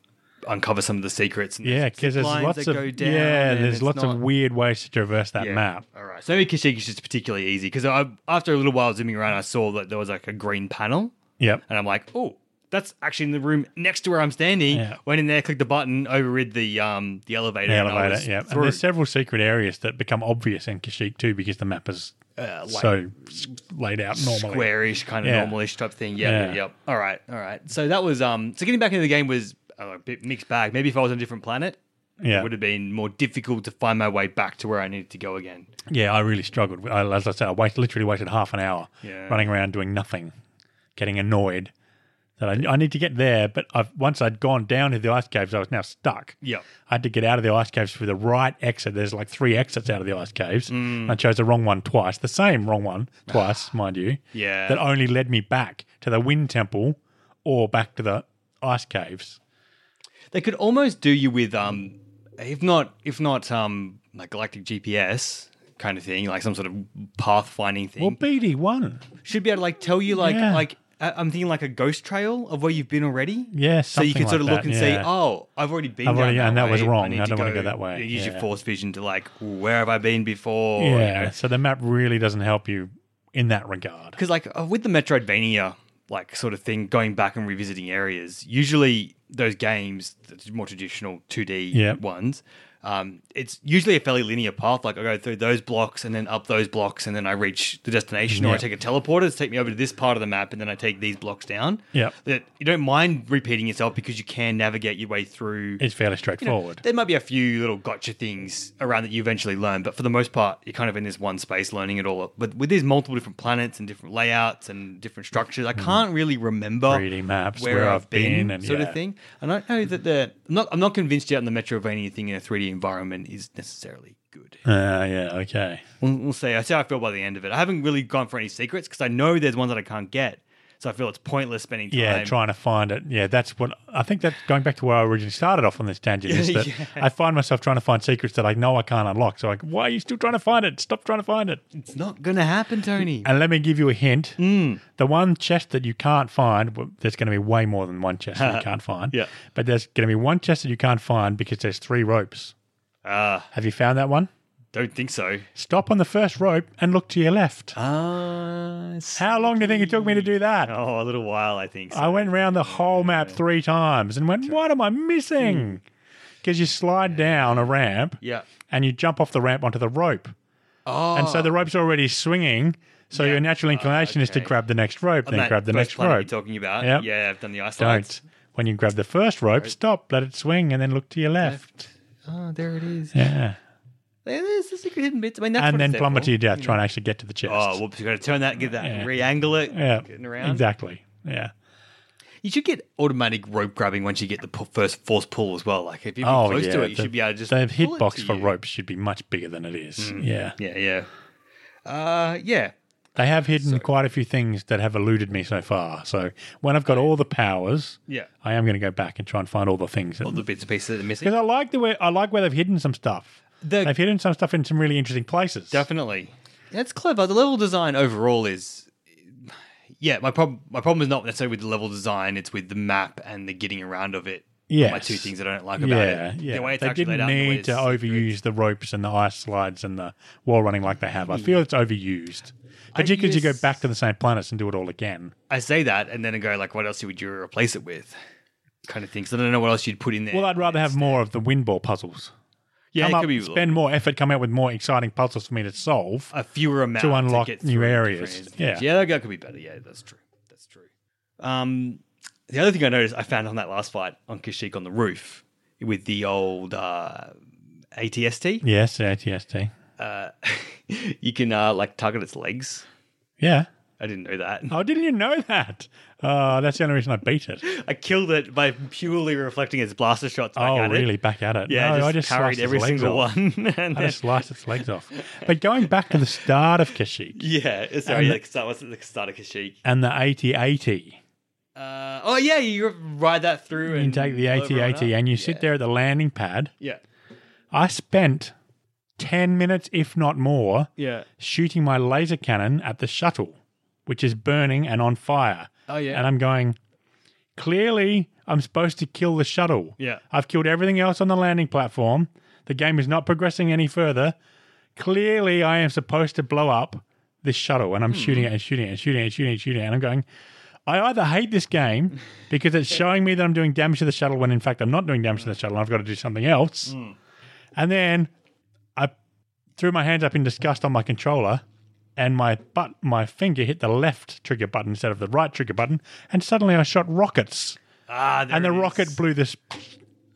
S1: uncover some of the secrets. And
S2: Yeah, because there's
S1: zip lines
S2: lots
S1: that
S2: of
S1: go down
S2: yeah,
S1: and
S2: there's
S1: it's
S2: lots
S1: not-
S2: of weird ways to traverse that
S1: Yeah.
S2: map.
S1: All right, so maybe Kashika's just particularly easy because after a little while zooming around, I saw that there was like a green panel,
S2: Yep.
S1: and I'm like, oh, that's actually in the room next to where I'm standing.
S2: Yeah.
S1: Went in there, clicked the button, overrid the um the elevator,
S2: The
S1: and I
S2: elevator,
S1: was
S2: yeah.
S1: through.
S2: And there's several secret areas that become obvious in Kashyyyk too because the map is
S1: Uh, like
S2: so s- laid out normally.
S1: squarish kind of
S2: Yeah.
S1: normalish type thing. Yeah,
S2: Yeah.
S1: yeah, yep. All right, all right. So that was um. So getting back into the game was uh, a bit mixed bag. Maybe if I was on a different planet,
S2: Yeah.
S1: it would have been more difficult to find my way back to where I needed to go again.
S2: Yeah, I really struggled. I, as I said, I wait, literally waited half an hour
S1: Yeah.
S2: running around doing nothing, getting annoyed that I, I need to get there. But I've, once I'd gone down to the ice caves, I was now stuck.
S1: Yep.
S2: I had to get out of the ice caves through the right exit. There's like three exits out of the ice caves.
S1: Mm.
S2: I chose the wrong one twice, the same wrong one twice, mind you.
S1: Ah. Yeah.
S2: That only led me back to the wind temple or back to the ice caves.
S1: They could almost do you with um, if not if not um, like galactic GPS kind of thing, like some sort of path finding thing.
S2: Well, BD one.
S1: Should be able to like tell you like
S2: Yeah.
S1: like I- I'm thinking like a ghost trail of where you've been already.
S2: Yeah,
S1: So you
S2: something
S1: can sort of
S2: like
S1: look
S2: that,
S1: and say,
S2: yeah.
S1: oh, I've already been.
S2: I've
S1: down
S2: already-
S1: that
S2: and that
S1: way.
S2: was wrong.
S1: need
S2: I
S1: to
S2: don't wanna go that way."
S1: Use
S2: Yeah.
S1: your force vision to like, where have I been before?
S2: Yeah, so the map really doesn't help you in that regard.
S1: because like uh, with the Metroidvania like sort of thing, going back and revisiting areas, usually those games, the more traditional two D
S2: Yep.
S1: ones, um, it's usually a fairly linear path. Like I go through those blocks and then up those blocks and then I reach the destination, or I
S2: Yep.
S1: take a teleporter to take me over to this part of the map, and then I take these blocks down.
S2: Yep.
S1: that you don't mind repeating yourself because you can navigate your way through.
S2: It's fairly
S1: You know,
S2: straightforward.
S1: There might be a few little gotcha things around that you eventually learn, but for the most part, you're kind of in this one space learning it all. But with these multiple different planets and different layouts and different structures, I can't really remember
S2: 3D Hmm. maps, where I've been and
S1: sort
S2: yeah.
S1: of thing. And I know that the I'm not, I'm not convinced yet on the Metrovania thing in a 3D environment is necessarily good.
S2: Uh, yeah, okay.
S1: We'll, we'll see. I see how I feel by the end of it. I haven't really gone for any secrets because I know there's ones that I can't get, so I feel it's pointless spending time.
S2: Yeah, trying to find it. Yeah, that's what I think that's going back to where I originally started off on this tangent is
S1: [laughs]
S2: that
S1: Yeah.
S2: I find myself trying to find secrets that I know I can't unlock. So, like, why are you still trying to find it? Stop trying to find it.
S1: It's not gonna happen, Tony.
S2: And let me give you a hint.
S1: Mm.
S2: The one chest that you can't find, w- there's going to be way more than one
S1: [laughs]
S2: chest that you can't find.
S1: Yeah.
S2: But there's going to be one chest that you can't find because there's three ropes.
S1: Ah,
S2: Have you found that one?
S1: don't think so.
S2: Stop on the first rope and look to your left.
S1: Ah, s-
S2: How long do you think it took me to do that?
S1: Oh, a little while, I think. So.
S2: I went round the whole map three times and went, what am I missing?
S1: Hmm.
S2: Because you slide down a ramp
S1: yeah.
S2: and you jump off the ramp onto the rope.
S1: Oh, Ah,
S2: And so the rope's already swinging. So your natural inclination is to
S1: okay.
S2: grab the next rope, then
S1: that
S2: grab the
S1: first
S2: next
S1: planet
S2: rope.
S1: You're talking about.
S2: Yep.
S1: Yeah, I've done the ice
S2: Don't. When you grab the first rope, stop, let it swing, and then look to your left.
S1: Oh, there it is.
S2: Yeah.
S1: There- There's the secret hidden bits. I mean, that's what
S2: And
S1: it's
S2: then
S1: there
S2: plummet
S1: for.
S2: to your death, trying to actually get to the chest.
S1: Oh, whoops! You got to turn that, get that,
S2: Yeah.
S1: re-angle it.
S2: yeah.
S1: getting around.
S2: Exactly. Yeah.
S1: You should get automatic rope grabbing once you get the pu- first force pull as well. Like if you're
S2: Oh,
S1: close
S2: yeah.
S1: to it, you
S2: the,
S1: should be able to just
S2: the
S1: pull it
S2: hitbox
S1: to
S2: for
S1: you. Hmm.
S2: ropes should be much bigger than it is. Yeah.
S1: Yeah, yeah, uh, yeah.
S2: They have hidden quite a few things that have eluded me so far. So when I've got all the powers,
S1: Yeah.
S2: I am going to go back and try and find all the things.
S1: All
S2: Because
S1: the bits and pieces that are missing.
S2: I like the way I like where they've hidden some stuff.
S1: The-
S2: they've hidden some stuff in some really interesting places.
S1: Definitely. That's clever. The level design overall is yeah, my problem my problem is not necessarily with the level design, it's with the map and the getting around of it.
S2: Yes.
S1: My two things that I don't like about
S2: Yeah,
S1: it.
S2: yeah.
S1: The way it's
S2: they
S1: actually laid
S2: didn't
S1: out and the way
S2: need to
S1: it's-
S2: overuse the ropes and the ice slides and the wall running like they have. I
S1: Hmm.
S2: feel it's overused, particularly as you go
S1: guess-
S2: back to the same planets and do it all again.
S1: I say that and then I go like what else would you replace it with? Kind of thing. So I don't know what else you'd put in there.
S2: Well, I'd rather have more of the wind ball puzzles.
S1: yeah,
S2: Come
S1: it
S2: up,
S1: could be
S2: spend more effort, come out with more exciting puzzles for me to solve.
S1: a fewer amount
S2: to unlock
S1: get
S2: new
S1: through
S2: areas.
S1: different
S2: Yeah.
S1: areas. yeah, that could be better. Yeah, that's true. That's true. Um, the other thing I noticed I found on that last fight on Kashyyyk on the roof with the old uh, ATST,
S2: Yes, ATST.
S1: uh, [laughs] you can uh, like target its legs.
S2: Yeah.
S1: I didn't know that. [laughs]
S2: Oh, didn't you know that? Uh, that's the only reason I beat it.
S1: I killed it by purely reflecting its blaster shots. Back
S2: oh,
S1: at
S2: really?
S1: It.
S2: Back at it?
S1: Yeah,
S2: no,
S1: I
S2: I
S1: just,
S2: just
S1: parried
S2: sliced
S1: every
S2: its legs
S1: single
S2: off.
S1: one. [laughs] and
S2: I
S1: then-
S2: just sliced its legs off. But going back to the start of Kashyyyk
S1: yeah, sorry,
S2: And-
S1: like, that was at the start of Kashyyyk.
S2: and the 8080,
S1: Uh, oh yeah, you ride that through and
S2: you take the
S1: blow everyone
S2: 8080
S1: up.
S2: and you sit there at the landing pad.
S1: Yeah.
S2: I spent 10 minutes, if not more,
S1: Yeah.
S2: shooting my laser cannon at the shuttle, which is burning and on fire.
S1: Oh, yeah.
S2: And I'm going, clearly, I'm supposed to kill the shuttle.
S1: Yeah.
S2: I've killed everything else on the landing platform. The game is not progressing any further. Clearly, I am supposed to blow up this shuttle.
S1: Hmm.
S2: And I'm shooting it and shooting it and shooting it and shooting it and shooting it. And I'm going, I either hate
S1: [laughs]
S2: this game because it's showing me that I'm doing damage to the shuttle when in fact I'm not doing damage to the shuttle. I've got to do something else.
S1: Hmm.
S2: And then I threw my hands up in disgust on my controller, and my butt, my finger hit the left trigger button instead of the right trigger button, and suddenly I shot rockets,
S1: Ah, there
S2: and the
S1: it is.
S2: rocket blew this.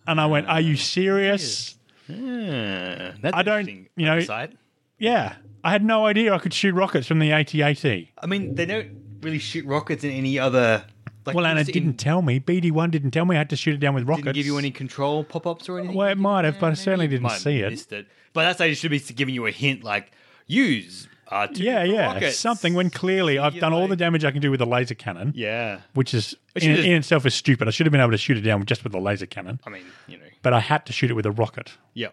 S2: And I went, "Are you serious?"
S1: Yeah, Uh, that's
S2: I don't-
S1: interesting
S2: you know-
S1: oversight.
S2: Yeah, I had no idea I could shoot rockets from the AT-AT.
S1: I mean, they don't really shoot rockets in any other. Like,
S2: Well, and
S1: it's
S2: it
S1: in-
S2: didn't tell me. BD-1 didn't tell me I had to shoot it down with rockets.
S1: didn't give you any control pop ups or anything.
S2: Well, it might have, but I
S1: Maybe
S2: certainly
S1: you
S2: didn't
S1: might have
S2: see it.
S1: Missed it. But that's how you should be giving you a hint, like use R two.
S2: Yeah,
S1: for
S2: yeah,
S1: rockets.
S2: something. When clearly I've
S1: You're
S2: done all
S1: like-
S2: the damage I can do with a laser cannon,
S1: Yeah,
S2: which is
S1: I
S2: in,
S1: should've-
S2: in itself is stupid. I should have been able to shoot it down just with a laser cannon,
S1: I mean, you know,
S2: but I had to shoot it with a rocket.
S1: yeah,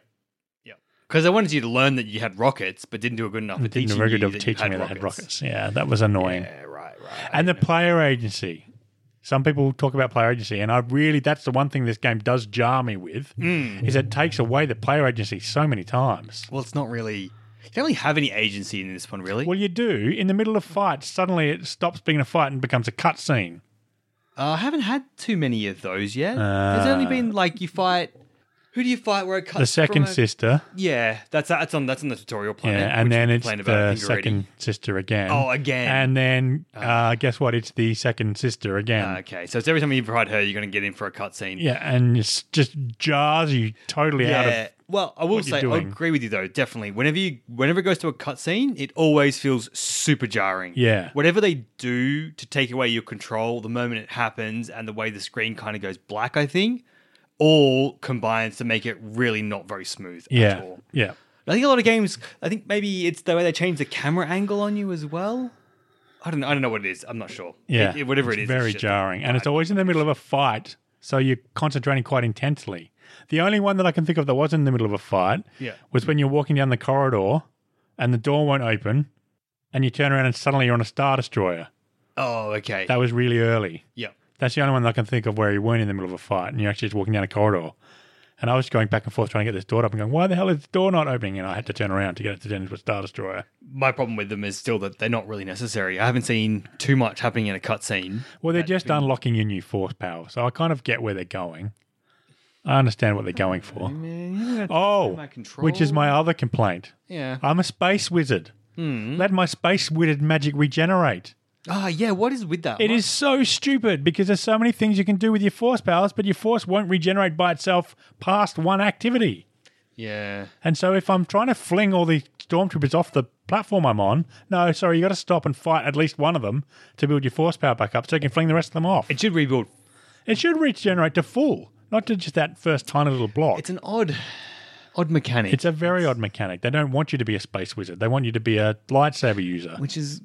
S1: yeah. Because I wanted you to learn that you had rockets, but didn't do a good enough at
S2: didn't
S1: teaching
S2: a very good
S1: you
S2: job
S1: that you
S2: teaching
S1: had
S2: me that I
S1: rockets.
S2: had rockets. Yeah, that was annoying.
S1: Yeah, right, right.
S2: And the player agency. Some people talk about player agency, and I really that's the one thing this game does jar me with
S1: Hmm.
S2: is it takes away the player agency so many times.
S1: well, it's not really. You don't really have any agency in this one, really.
S2: Well, you do in the middle of fights. Suddenly, it stops being a fight and becomes a cutscene.
S1: Uh, I haven't had too many of those yet. There's only been like you fight. Who do you fight? Where it cuts
S2: Uh, The second
S1: from a-
S2: sister,
S1: Yeah, that's that's on that's on the tutorial planet.
S2: yeah, and
S1: which
S2: then
S1: we
S2: it's
S1: complained I
S2: the
S1: think, already.
S2: second sister again.
S1: Oh, again. Ah.
S2: And then uh, guess what? It's the second sister again.
S1: Okay, so it's every time you fight her, you're going to get in for a cutscene.
S2: yeah, and it's just jars you totally out of
S1: well, I will
S2: what you're
S1: say I
S2: doing.
S1: agree with you though. Definitely, whenever you whenever it goes to a cutscene, it always feels super jarring.
S2: Yeah.
S1: whatever they do to take away your control, the moment it happens, and the way the screen kind of goes black, I think, all combines to make it really not very smooth.
S2: yeah,
S1: at all.
S2: yeah.
S1: I think a lot of games. I think maybe it's the way they change the camera angle on you as well. I don't. know. I don't know what it is. I'm not sure.
S2: Yeah,
S1: It- it- whatever
S2: it's
S1: it is,
S2: very
S1: it's just-
S2: jarring, and it's always in the middle of a fight, so you're concentrating quite intensely. The only one that I can think of that was in the middle of a fight
S1: Yeah.
S2: was when you're walking down the corridor, and the door won't open, and you turn around and suddenly you're on a star destroyer.
S1: Oh, okay.
S2: That was really early.
S1: yeah.
S2: That's the only one that I can think of where you weren't in the middle of a fight and you're actually just walking down a corridor. And I was going back and forth trying to get this door up and going, why the hell is the door not opening? And I had to turn around to get it to turn into a star destroyer.
S1: my problem with them is still that they're not really necessary. I haven't seen too much happening in a cutscene.
S2: Well, they're just unlocking your new force power, so I kind of get where they're going. I understand what they're going for. Oh,
S1: my control.
S2: which is my other complaint.
S1: Yeah.
S2: I'm a space wizard. Let my space wizard magic regenerate.
S1: Ah, yeah. What is with that?
S2: It is so stupid because there's so many things you can do with your force powers, but your force won't regenerate by itself past one activity.
S1: Yeah.
S2: And so if I'm trying to fling all these stormtroopers off the platform I'm on, no, sorry, you got to stop and fight at least one of them to build your force power back up so you can fling the rest of them off. It,
S1: It should rebuild.
S2: should regenerate to full, not to just that first tiny little block.
S1: It's an
S2: It's,
S1: odd, odd mechanic,
S2: a very odd mechanic. They don't want you to be a space wizard. They want you to be a lightsaber user.
S1: which is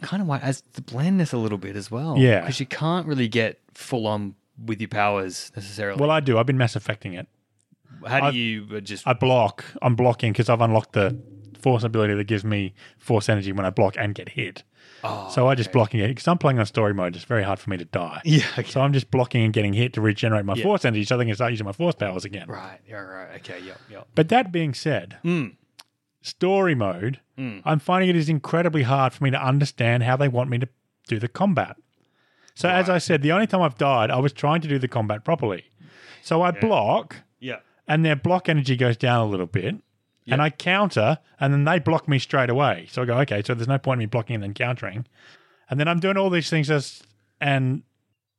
S1: kind of why it adds to the blandness a little bit as well.
S2: Yeah.
S1: Because you can't really get full on with your powers necessarily.
S2: Well, I do. I've been Mass Effecting it.
S1: How do
S2: I've-
S1: you uh, just?
S2: I block. I'm blocking because I've unlocked the force ability that gives me force energy when I block and get hit.
S1: Oh,
S2: so I just blocking it because I'm playing on story mode. It's very hard for me to die.
S1: [laughs] yeah. Okay.
S2: So I'm just blocking and getting hit to regenerate my force energy so I can start using my force powers again.
S1: Right. Yeah. Right. Okay. Yep. Yep.
S2: But that being said, story mode, I'm finding it is incredibly hard for me to understand how they want me to do the combat. So as I said, the only time I've died, I was trying to do the combat properly. So I block
S1: Yeah.
S2: and their block energy goes down a little bit. And I counter, and then they block me straight away. So I go, okay, so there's no point in me blocking and then countering. And then I'm doing all these things, as, and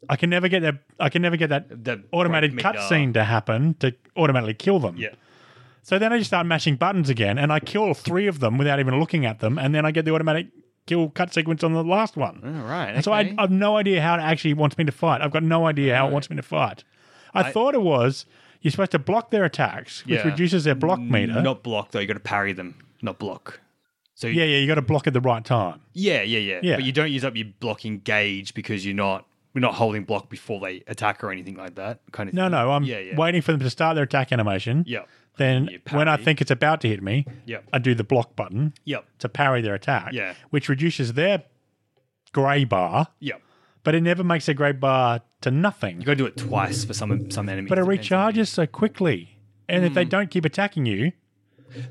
S2: I can never get that. I can never get that
S1: The
S2: automated
S1: break mid-arc.
S2: cutscene to happen to automatically kill them.
S1: Yeah.
S2: So then I just start mashing buttons again, and I kill three of them without even looking at them, and then I get the automatic kill cut sequence on the last one.
S1: All right.
S2: And so I,
S1: okay.
S2: I've no idea how it actually wants me to fight. I've got no idea how it wants me to fight. I, thought it was you're supposed to block their attacks, which
S1: Yeah.
S2: reduces their block meter.
S1: Not block though. You got to parry them, not block. So
S2: Yeah, yeah, you got to block at the right time.
S1: yeah, yeah, yeah,
S2: Yeah.
S1: But you don't use up your blocking gauge because you're not we're not holding block before they attack or anything like that. Kind of.
S2: No,
S1: thing.
S2: no, I'm
S1: yeah, yeah,
S2: waiting for them to start their attack animation.
S1: Yep.
S2: Then
S1: You
S2: when I
S1: parry.
S2: think it's about to hit me,
S1: Yep.
S2: I do the block button
S1: Yep.
S2: to parry their attack,
S1: Yeah.
S2: which reduces their grey bar,
S1: Yep.
S2: but it never makes their grey bar to nothing.
S1: You got to do it twice for some some enemies.
S2: But it
S1: Depends.
S2: recharges so quickly. And if they
S1: Hmm.
S2: don't keep attacking you,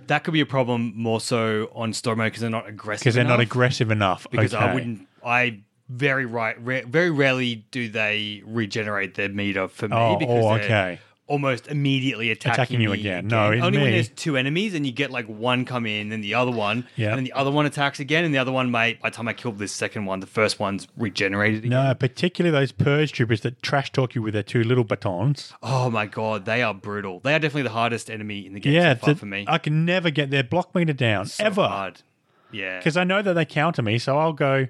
S1: That could be a problem more so on story mode because they're not aggressive.
S2: because they're not
S1: enough.
S2: aggressive enough.
S1: Because I
S2: okay.
S1: wouldn't. I very right. Ra- very rarely do they regenerate their meter for me.
S2: Oh,
S1: because
S2: oh,
S1: they're
S2: okay.
S1: Almost immediately attacking,
S2: Attacking you
S1: me
S2: again. No, in
S1: only
S2: me-
S1: when there's two enemies and you get like one come in, then the other one,
S2: Yeah.
S1: and then the other one attacks again, and the other one might. By the time I kill this second one, the first one's regenerated. Again.
S2: No, particularly those purge troopers that trash talk you with their two little batons.
S1: Oh my god, they are brutal. They are definitely the hardest enemy in the game
S2: yeah,
S1: so far
S2: that-
S1: for me.
S2: I can never get their block meter down
S1: So
S2: ever
S1: hard. Yeah.
S2: because I know that they counter me, so I'll go,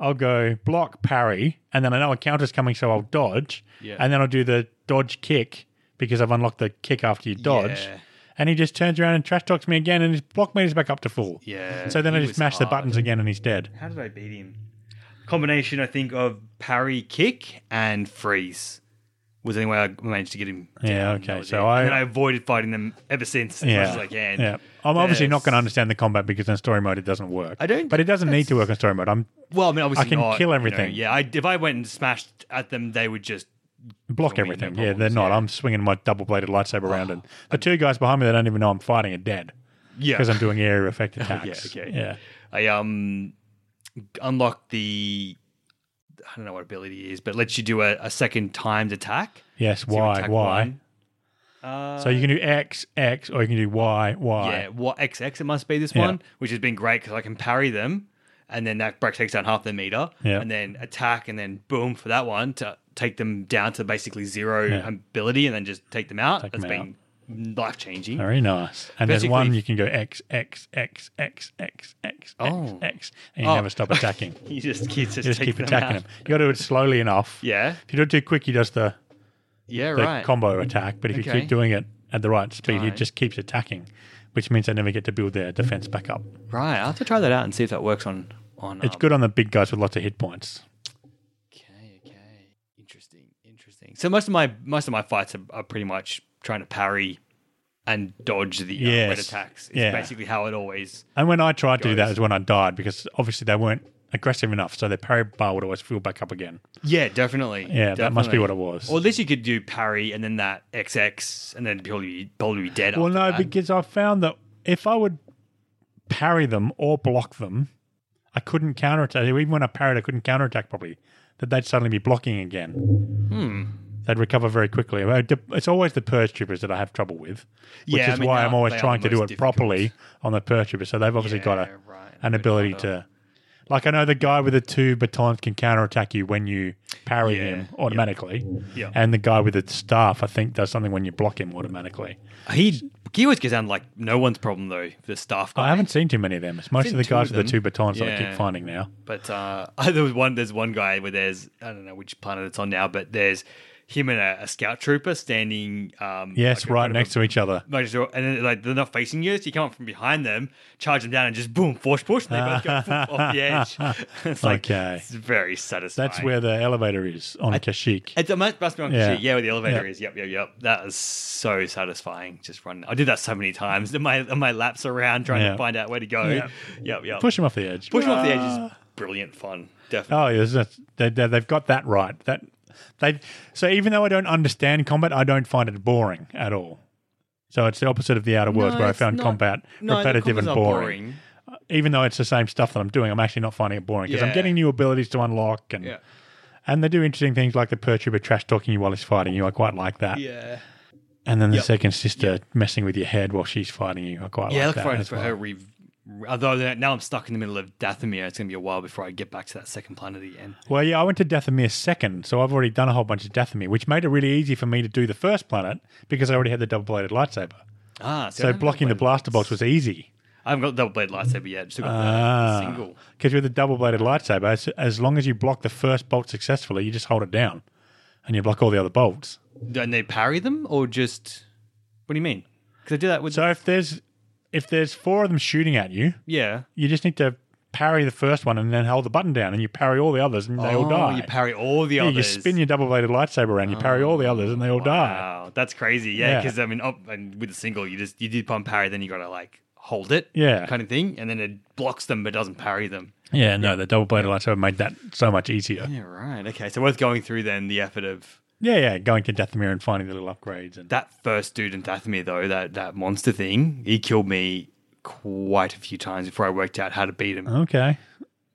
S2: I'll go block parry, and then I know a counter's coming, so I'll dodge,
S1: Yeah.
S2: and then I'll do the dodge kick because I've unlocked the kick after you dodge,
S1: Yeah.
S2: and he just turns around and trash talks me again, and his block meter's back up to full.
S1: Yeah,
S2: So then I
S1: he
S2: just
S1: was
S2: mash the
S1: hard.
S2: buttons again, and he's dead.
S1: How did I beat him? Combination, I think, of parry, kick, and freeze was the only way I managed to get him.
S2: Yeah,
S1: down.
S2: okay.
S1: That was
S2: so
S1: it.
S2: I,
S1: and I avoided fighting them ever since as much as I can.
S2: Yeah. I'm obviously not
S1: There's-
S2: going to understand the combat because in story mode it doesn't work.
S1: I don't
S2: But it
S1: think
S2: doesn't need
S1: that's-
S2: to work in story mode. I'm
S1: Well, I mean, obviously,
S2: I can
S1: not,
S2: kill
S1: you know,
S2: everything.
S1: yeah, I, if I went and smashed at them, they would just.
S2: block
S1: There'll be no
S2: everything. yeah,
S1: problems,
S2: they're not.
S1: yeah. Ah,
S2: I'm swinging my double bladed lightsaber around, and the two guys behind me that don't even know I'm fighting are dead
S1: [laughs] Yeah,
S2: because I'm doing area effect attacks.
S1: okay.
S2: Yeah.
S1: I um unlocked the. I don't know what ability it is, but lets you do a, a second timed attack.
S2: Yes.
S1: So you
S2: Why?
S1: attack
S2: Why?
S1: one. Uh,
S2: So you can do X, X, or you can do Y, Y.
S1: Yeah, what XX it must be this
S2: Yeah.
S1: one, which has been great because I can parry them, and then that break takes down half their meter,
S2: Yeah.
S1: and then attack, and then boom for that one to take them down to basically zero
S2: Yeah.
S1: ability, and then just take them out.
S2: Take
S1: That's
S2: them
S1: been life changing.
S2: Very nice. And there's
S1: Basically-
S2: one you can go X, X, X, X, X, X, X,
S1: Oh.
S2: X, and you
S1: Oh.
S2: never
S1: [laughs]
S2: stop attacking.
S1: You just keep just,
S2: You just
S1: take
S2: keep
S1: them
S2: attacking
S1: out.
S2: him. You got to do it slowly enough.
S1: Yeah,
S2: If you do it too quick, he does the
S1: yeah,
S2: the
S1: right.
S2: combo attack, but if you
S1: Okay.
S2: keep doing it at the right speed, he
S1: Right.
S2: just keeps attacking, which means they never get to build their defense back up.
S1: right, I'll have to try that out and see if that works on on.
S2: It's
S1: um,
S2: good on the big guys with lots of hit points.
S1: Okay, okay, interesting, interesting. So most of my most of my fights are, are pretty much trying to parry and dodge the uh, red
S2: Yes,
S1: attacks. It's
S2: yeah.
S1: basically how it always.
S2: And when I tried to do that
S1: Guys.
S2: is when I died because obviously they weren't aggressive enough, so their parry bar would always fill back up again.
S1: Yeah, definitely.
S2: Yeah, that must be
S1: definitely.
S2: what it was.
S1: Or at least you could do parry and then that XX and then probably probably be dead.
S2: well,
S1: after
S2: no,
S1: that.
S2: because I found that if I would parry them or block them, I couldn't counterattack. Even when I parried, I couldn't counterattack properly. That they'd suddenly be blocking again.
S1: Hmm.
S2: They'd recover very quickly. Well, de- It's always the purge troopers that I have trouble with, which
S1: Yeah, I
S2: is
S1: mean,
S2: why
S1: they
S2: I'm
S1: are-
S2: always
S1: they are
S2: trying to
S1: the
S2: do it
S1: most
S2: properly on the purge troopers. So they've obviously got a,
S1: Yeah, right, a
S2: an
S1: bit
S2: ability to. Like I know the guy with the two batons can counterattack you when you parry
S1: Yeah,
S2: him
S1: yep.
S2: automatically,
S1: Yeah.
S2: and the guy with the staff I think does something when you block him automatically.
S1: he he always gets down like no one's problem though. The staff guy.
S2: I haven't seen too many of them. It's most of
S1: seen
S2: the
S1: two
S2: guys
S1: of
S2: with the two
S1: them.
S2: batons that I
S1: Yeah.
S2: keep finding now.
S1: But uh, [laughs] there was one. There's one guy where there's I don't know which planet it's on now, but there's him and a, a scout trooper standing. Um,
S2: Yes,
S1: like, in
S2: right
S1: front of
S2: next
S1: a-
S2: to each other.
S1: like, so- and then like they're not facing you, so you come up from behind them, charge them down, and just boom, force push, and they both go
S2: [laughs]
S1: poof off the edge. [laughs] it's like
S2: Okay.
S1: it's very satisfying.
S2: That's where the elevator is on Kashyyyk.
S1: It's a must must be on
S2: Yeah.
S1: yeah. yeah, where the elevator
S2: Yeah.
S1: is. Yep, yep, yep. That is so satisfying. Just running. I did that so many times. [laughs] In my in my laps around trying
S2: Yeah.
S1: to find out where to go.
S2: Yeah.
S1: Yep, yep.
S2: Push him off the edge.
S1: Pushing off the edge
S2: Ah.
S1: is brilliant fun. Definitely.
S2: Oh, yeah, there's a- they, they, they've got that right. That they so even though I don't understand combat, I don't find it boring at all. So it's the opposite of the Outer Worlds,
S1: No,
S2: where I
S1: it's
S2: found
S1: not-
S2: combat
S1: no, the
S2: repetitive and
S1: combos are
S2: boring. Even though it's the same stuff that I'm doing, I'm actually not finding it boring because I'm
S1: Yeah.
S2: getting new abilities to unlock, and
S1: Yeah.
S2: and they do interesting things like the Pertuber trash talking you while he's fighting you. I quite like that.
S1: Yeah.
S2: And then the
S1: Yep.
S2: second sister messing with your head while she's fighting you. I quite
S1: Yeah,
S2: like
S1: look
S2: that.
S1: forward
S2: as
S1: for
S2: well.
S1: her re- re- although that- now I'm stuck in the middle of Dathomir, it's gonna be a while before I get back to that second planet again.
S2: Well, yeah, I went to Dathomir second, so I've already done a whole bunch of Dathomir, which made it really easy for me to do the first planet because I already had the double bladed lightsaber.
S1: Ah, see, I
S2: So
S1: haven't
S2: blocking the
S1: double-bladed-
S2: blaster box was easy.
S1: I haven't got double blade lightsaber yet. I've still got
S2: Ah.
S1: the single.
S2: Because with the double bladed lightsaber, as, as long as you block the first bolt successfully, you just hold it down and you block all the other bolts.
S1: And they parry them or just what do you mean? Because I do that with
S2: So if there's if there's four of them shooting at you,
S1: yeah.
S2: you just need to parry the first one and then hold the button down, and you parry all the others, and they all die.
S1: Oh, You parry all the
S2: yeah,
S1: others. Oh,
S2: you spin your double bladed lightsaber around, you parry all the others, and they all die.
S1: Wow, that's crazy. Yeah,
S2: Yeah.
S1: because I mean, oh, and with a single, you just you did pump parry, then you got to like hold it,
S2: Yeah.
S1: kind of thing, and then it blocks them but doesn't parry them.
S2: Yeah, no, the double bladed lightsaber made that so much easier.
S1: Yeah, right. Okay, so worth going through then the effort of
S2: Yeah, yeah, going to Dathomir and finding the little upgrades and
S1: that first dude in Dathomir though. That that monster thing, he killed me quite a few times before I worked out how to beat him.
S2: okay,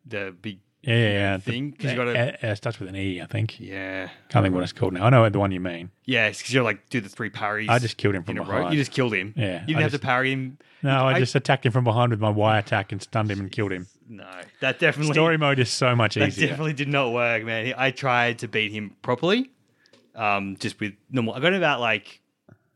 S1: The big
S2: yeah, yeah, yeah. The-
S1: Thing, 'cause you
S2: the-
S1: gotta-
S2: uh, uh, it starts with an E, I think.
S1: yeah,
S2: Can't think what it's called now. I know the one you mean.
S1: yeah, because you're like do the three parries.
S2: I just killed him
S1: in
S2: from
S1: a row.
S2: behind.
S1: You just killed him.
S2: Yeah,
S1: you didn't
S2: I
S1: have
S2: just-
S1: to parry him.
S2: no, I,
S1: I-
S2: just attacked him from behind with my Y attack and stunned him and killed him.
S1: No, that definitely
S2: Story mode is so [laughs] much
S1: That
S2: easier.
S1: definitely did not work, man. He- I tried to beat him properly, um, just with normal. I got about like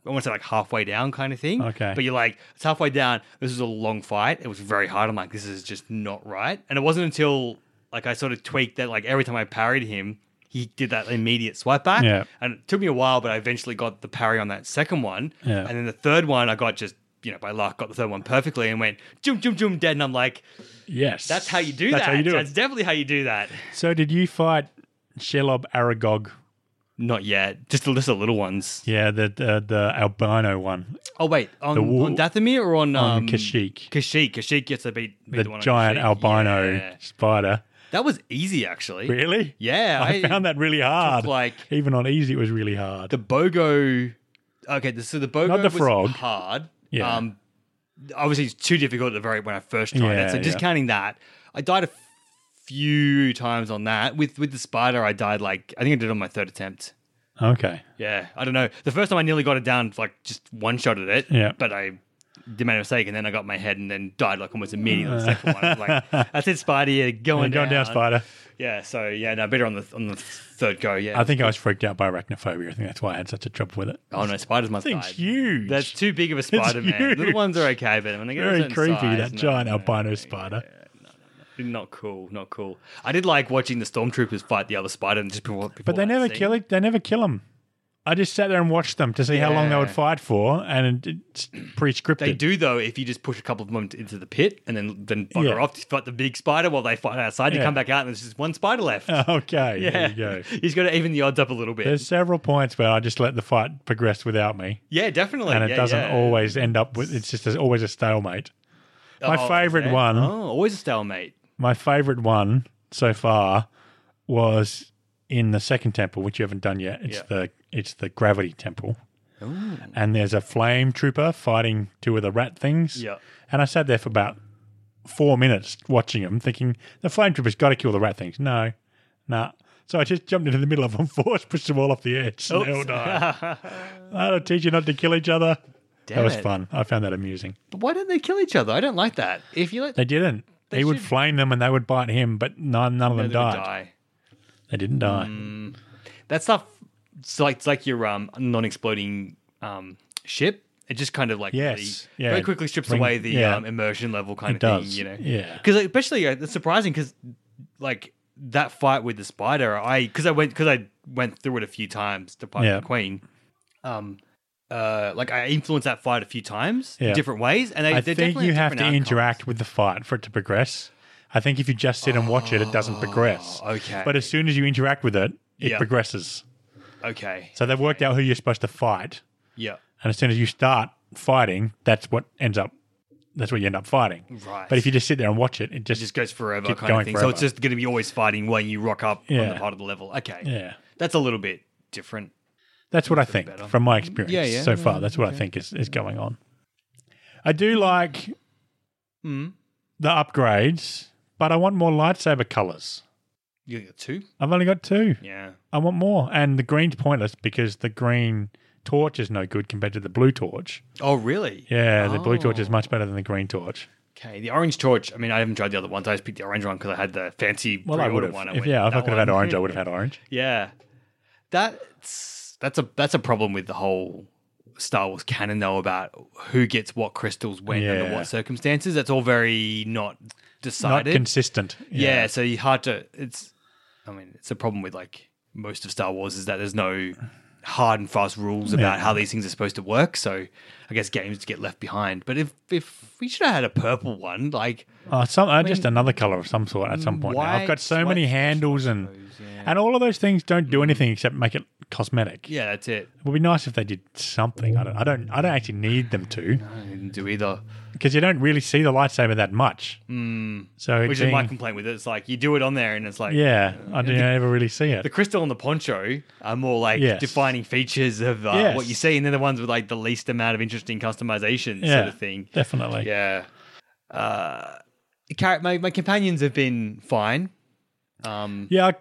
S1: I want to say like halfway down, kind of thing.
S2: Okay.
S1: but you're like it's halfway down. This is a long fight. It was very hard. I'm like, this is just not right. And it wasn't until like I sort of tweaked that. Like every time I parried him, he did that immediate swipe back.
S2: Yeah.
S1: and it took me a while, but I eventually got the parry on that second one.
S2: Yeah.
S1: and then the third one, I got just. You know, by luck, got the third one perfectly and went jump, jump, jump, dead. And I'm like,
S2: Yes,
S1: that's how you do
S2: That's
S1: that.
S2: how you do
S1: that's
S2: it.
S1: definitely how you do that.
S2: So, did you fight Shelob Aragog?
S1: Not yet. Just the, just the little ones.
S2: Yeah, the the, the albino one
S1: Oh wait, on,
S2: wo-
S1: on Dathomir or on um,
S2: on Kashyyyk,
S1: Kashyyyk. Kashyyyk gets to beat, beat
S2: the,
S1: the, one on
S2: giant
S1: Kashyyyk.
S2: albino
S1: Yeah.
S2: spider.
S1: That was easy actually.
S2: Really?
S1: Yeah,
S2: I, found that really hard.
S1: like-
S2: even on easy, it was really hard.
S1: the Bogo. Okay, the, so the Bogo
S2: Not the
S1: was
S2: frog.
S1: hard.
S2: Yeah.
S1: Um, obviously, it's too difficult at the very when I first tried
S2: Yeah,
S1: it. So
S2: yeah.
S1: discounting that, I died a f- few times on that. With with the spider, I died like I think I did on my third attempt.
S2: okay,
S1: Yeah, I don't know. The first time I nearly got it down, like just one shot at it.
S2: Yeah.
S1: But I did my mistake, and then I got my head, and then died like almost immediately. on The second one, I'm like
S2: [laughs]
S1: that's it, Spidey. You're going,
S2: Uh. going down, down spider.
S1: Yeah. So yeah, no, better on the on the third go. Yeah.
S2: I think I was freaked out by arachnophobia. I think that's why I had such a trouble with it.
S1: oh no, spiders must
S2: Thing's
S1: die.
S2: huge.
S1: That's too big of a spider, man. Little
S2: huge.
S1: ones are okay, but when they get a
S2: very
S1: certain
S2: creepy.
S1: size,
S2: that
S1: no,
S2: giant
S1: no,
S2: albino
S1: no,
S2: spider.
S1: Not cool. Not cool. I did like watching the stormtroopers fight the other spider, and just before, before
S2: But they
S1: that
S2: never
S1: scene.
S2: kill it. They never kill them. I just sat there and watched them to see how long they would
S1: Yeah.
S2: fight for, and it's pre-scripted.
S1: They do though if you just push a couple of them into the pit and then then bugger
S2: Yeah.
S1: off to fight the big spider while they fight outside. You
S2: Yeah.
S1: come back out and there's just one spider left.
S2: [laughs] Okay,
S1: [laughs] yeah,
S2: there you go.
S1: he's got to even the odds up a little bit.
S2: There's several points where I just let the fight progress without me,
S1: yeah, definitely.
S2: and it
S1: Yeah,
S2: doesn't
S1: yeah.
S2: always end up with. It's just there's always a stalemate. My
S1: Oh,
S2: favorite
S1: yeah.
S2: one.
S1: Oh, always a stalemate.
S2: My favorite one so far was in the second temple, which you haven't done yet. It's
S1: Yeah.
S2: the it's the gravity temple. And there's a flame trooper fighting two of the rat things.
S1: Yeah.
S2: And I sat there for about four minutes watching them, thinking the flame trooper's got to kill the rat things. No, nah. So I just jumped into the middle of [laughs] them, force pushed them all off the edge. And they all died.
S1: [laughs]
S2: That'll teach you not to kill each other.
S1: Damn
S2: that was
S1: it.
S2: fun. I found that amusing.
S1: But why don't they kill each other? I don't like that. If you let
S2: They didn't. he would
S1: should-
S2: flame them and they would bite him, but none, none of
S1: them
S2: them died. They didn't die.
S1: Mm. that stuff, it's like it's like your um non-exploding um ship. It just kind of like
S2: Yes.
S1: really-
S2: Yeah.
S1: very quickly strips
S2: Bring-
S1: away the
S2: yeah.
S1: um, immersion level kind
S2: It
S1: of
S2: does.
S1: thing. You know,
S2: Yeah.
S1: Because especially uh, it's surprising because like that fight with the spider, I because I went because I went through it a few times to fight
S2: Yeah.
S1: the queen. Um, uh, like I influenced that fight a few times in
S2: Yeah.
S1: different ways, and they,
S2: I
S1: they
S2: think
S1: definitely
S2: you have
S1: different
S2: to
S1: outcomes.
S2: interact with the fight for it to progress. I think if you just sit and watch it, it doesn't progress.
S1: Oh, okay.
S2: But as soon as you interact with it, it
S1: Yeah.
S2: progresses.
S1: Okay,
S2: So they've worked out who you're supposed to fight,
S1: yeah,
S2: and as soon as you start fighting, that's what ends up. That's what you end up fighting.
S1: Right.
S2: But if you just sit there and watch it, it
S1: it
S2: just,
S1: just goes forever
S2: Keep
S1: kind of
S2: going
S1: thing. So
S2: forever.
S1: it's just going to be always fighting when you rock up on
S2: Yeah.
S1: the part of the level. Okay,
S2: yeah.
S1: that's a little bit different.
S2: That's what I think
S1: better.
S2: from my experience
S1: Yeah, Mm, yeah,
S2: so far. That's what I think is, is going on. I do like
S1: Mm.
S2: the upgrades, but I want more lightsaber colors.
S1: You got two,
S2: I've only got two.
S1: yeah.
S2: I want more. And the green's pointless because the green torch is no good compared to the blue torch.
S1: Oh, really?
S2: Yeah, the blue torch is much better than the green torch.
S1: Okay, the orange torch. I mean, I haven't tried the other ones. I just picked the orange one because I had the fancy
S2: Well, I
S1: pre-order
S2: would have.
S1: one. I
S2: If,
S1: went,
S2: yeah, if I
S1: "That
S2: could have had
S1: one."
S2: orange, I would have had orange.
S1: Yeah, that's that's a that's a problem with the whole Star Wars canon though about who gets what crystals when under
S2: Yeah.
S1: what circumstances. That's all very not
S2: Not
S1: decided.
S2: consistent.
S1: yeah. so you hard to. It's. I mean, it's a problem with like most of Star Wars is that there's no hard and fast rules about how these things are supposed to work. So I guess games get left behind. But if if we should have had a purple one, like
S2: Uh, some, uh, just another color of some sort at some point. now. I've got
S1: white-
S2: so many
S1: white
S2: handles and
S1: shadows,
S2: and all of those things don't do anything except make it cosmetic.
S1: yeah, that's it.
S2: It would be nice if they did something. I don't. I don't. I don't actually need them to
S1: I didn't do either.
S2: because you don't really see the lightsaber that much. Mm. So it
S1: Hmm. Which
S2: being,
S1: is my complaint with it. It's like you do it on there, and it's like
S2: yeah, I don't ever really see it.
S1: the crystal and the poncho are more like
S2: Yes.
S1: defining features of uh,
S2: Yes.
S1: what you see, and they're the ones with like the least amount of interesting customization
S2: yeah,
S1: sort of thing.
S2: Definitely.
S1: Yeah. Uh, char- my my companions have been fine. Um,
S2: Yeah.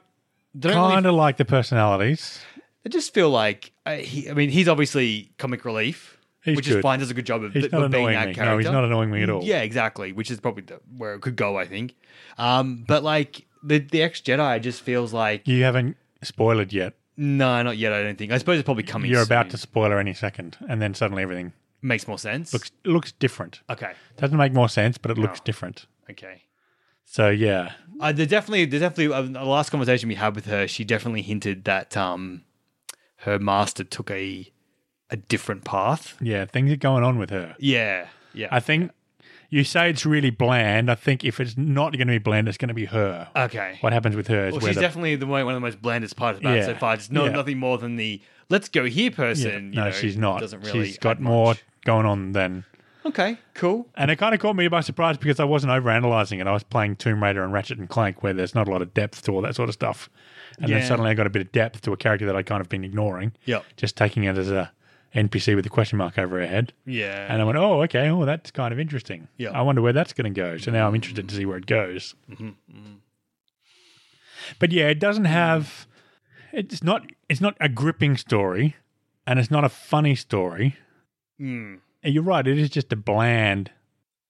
S1: they
S2: I
S1: don't really
S2: kind of like the personalities.
S1: I just feel like uh, he, I mean, he's obviously comic relief,
S2: He's
S1: which
S2: good.
S1: is fine. Does a good job of,
S2: He's
S1: of
S2: not
S1: being
S2: annoying
S1: that
S2: me.
S1: character.
S2: No, he's not annoying me at all.
S1: Yeah, exactly. Which is probably the, where it could go, I think. Um, but like the the ex Jedi just feels like
S2: You haven't spoiled yet.
S1: no, not yet. I don't think. I suppose it's probably coming.
S2: You're
S1: soon.
S2: about to spoiler any second, and then suddenly everything
S1: Makes more sense.
S2: looks looks different.
S1: okay.
S2: Doesn't make more sense, but it looks different.
S1: Okay.
S2: So yeah,
S1: Uh, there definitely, there definitely. Uh, the last conversation we had with her, she definitely hinted that um, her master took a a different path.
S2: yeah, things are going on with her.
S1: Yeah. Yeah.
S2: I think you say it's really bland. I think if it's not going to be bland, it's going to be her.
S1: okay.
S2: What happens with her is
S1: Uh, Well,
S2: where
S1: she's
S2: the,
S1: definitely the one one of the most blandest parts about it so
S2: Yeah.
S1: far. Just no,
S2: Yeah.
S1: nothing more than the "let's go here" person.
S2: yeah,
S1: you
S2: no,
S1: know,
S2: she's not.
S1: Doesn't really.
S2: she's got
S1: add
S2: more
S1: much.
S2: going on than.
S1: Okay, cool.
S2: And it kind of caught me by surprise because I wasn't overanalyzing it. I was playing Tomb Raider and Ratchet and Clank, where there's not a lot of depth to all that sort of stuff. And
S1: Yeah.
S2: then suddenly I got a bit of depth to a character that I kind of been ignoring.
S1: Yep.
S2: Just taking it as a NPC with a question mark over her head.
S1: Yeah.
S2: And I went, oh, okay, oh, that's kind of interesting.
S1: Yeah. Mm-hmm.
S2: I wonder where that's going to go. So now I'm interested to see where it goes. But yeah, it doesn't have. It's not. It's not a gripping story, and it's not a funny story.
S1: Mm.
S2: And you're right. It is just a bland.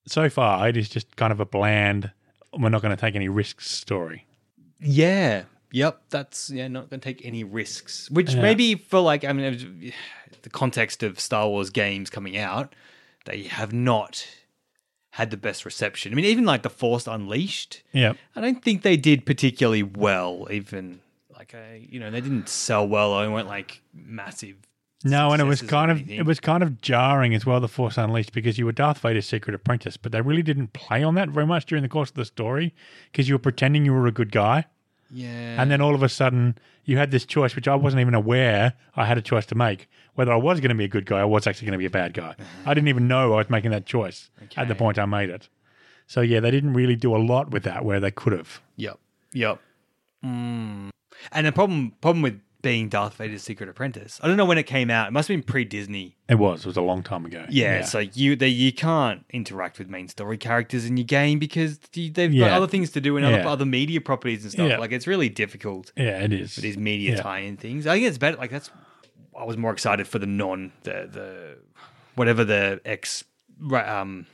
S2: So far, it is just kind of a bland. We're not going to take any risks story.
S1: Yeah. Yep. That's yeah. Not going to take any risks. Which maybe for like I mean, it was- [sighs] the context of Star Wars games coming out, they have not had the best reception. I mean, even like the Force Unleashed,
S2: Yeah.
S1: I don't think they did particularly well. Even like I, you know, they didn't sell well. They weren't like massive.
S2: No, and it was
S1: successes or
S2: kind of
S1: anything.
S2: it was kind of jarring as well. The Force Unleashed because you were Darth Vader's secret apprentice, but they really didn't play on that very much during the course of the story because you were pretending you were a good guy,
S1: yeah.
S2: and then all of a sudden you had this choice, which I wasn't even aware I had a choice to make whether I was going to be a good guy or was actually going to be a bad guy. I didn't even know I was making that choice at the
S1: Mm-hmm. Okay.
S2: point I made it. So yeah, they didn't really do a lot with that where they could have.
S1: Yep. Yep. Mm. And the problem problem with being Darth Vader's secret apprentice, I don't know when it came out. It must have been pre Disney.
S2: It was it was a long time ago.
S1: Yeah, So you they, you can't interact with main story characters in your game because you- they've got
S2: Yeah.
S1: other things to do and other
S2: Yeah.
S1: other media properties and stuff.
S2: Yeah.
S1: Like it's really difficult
S2: yeah, it is.
S1: with these media
S2: Yeah.
S1: tie-in things. I think it's better. Like that's I was more excited for the non the the whatever the ex ra- um.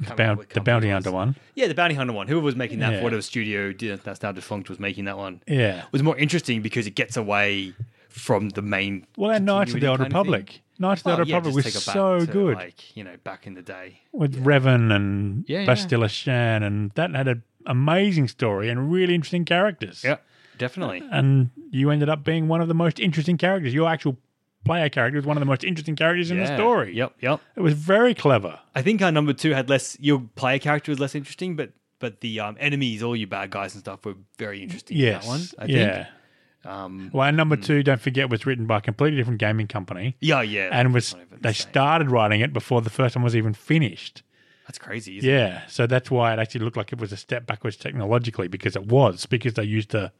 S1: I can't remember
S2: Boun-
S1: what
S2: the
S1: company
S2: bounty
S1: it was.
S2: hunter one.
S1: Yeah, the bounty hunter one. Whoever was making that,
S2: Yeah.
S1: for whatever studio did- that's now defunct was making that one.
S2: Yeah.
S1: was more interesting because it gets away from the main.
S2: Well, and Knights of the
S1: continuity
S2: Old
S1: kind of thing.
S2: Republic. Knights of the
S1: Well,
S2: Old
S1: yeah,
S2: Republic
S1: just
S2: was
S1: take it back
S2: so
S1: to,
S2: good
S1: Like you know, back in the day.
S2: with Revan and
S1: Yeah, yeah.
S2: Bastila Shan, and that had an amazing story and really interesting characters.
S1: definitely.
S2: And you ended up being one of the most interesting characters. Your actual player character was one of the most interesting characters in the
S1: Yeah.
S2: story.
S1: Yep, yep.
S2: It was very clever.
S1: I think our number two had less. Your player character was less interesting, but but the um, enemies, all you bad guys and stuff, were very interesting. in
S2: Yes.
S1: that one. I
S2: yeah.
S1: think. Um,
S2: Well, and number two, don't forget, was written by a completely different gaming company.
S1: yeah, yeah.
S2: And was
S1: Not even the
S2: they
S1: same.
S2: started writing it before the first one was even finished.
S1: That's crazy. Isn't
S2: Yeah, so that's why it actually looked like it was a step backwards technologically because it was because they used the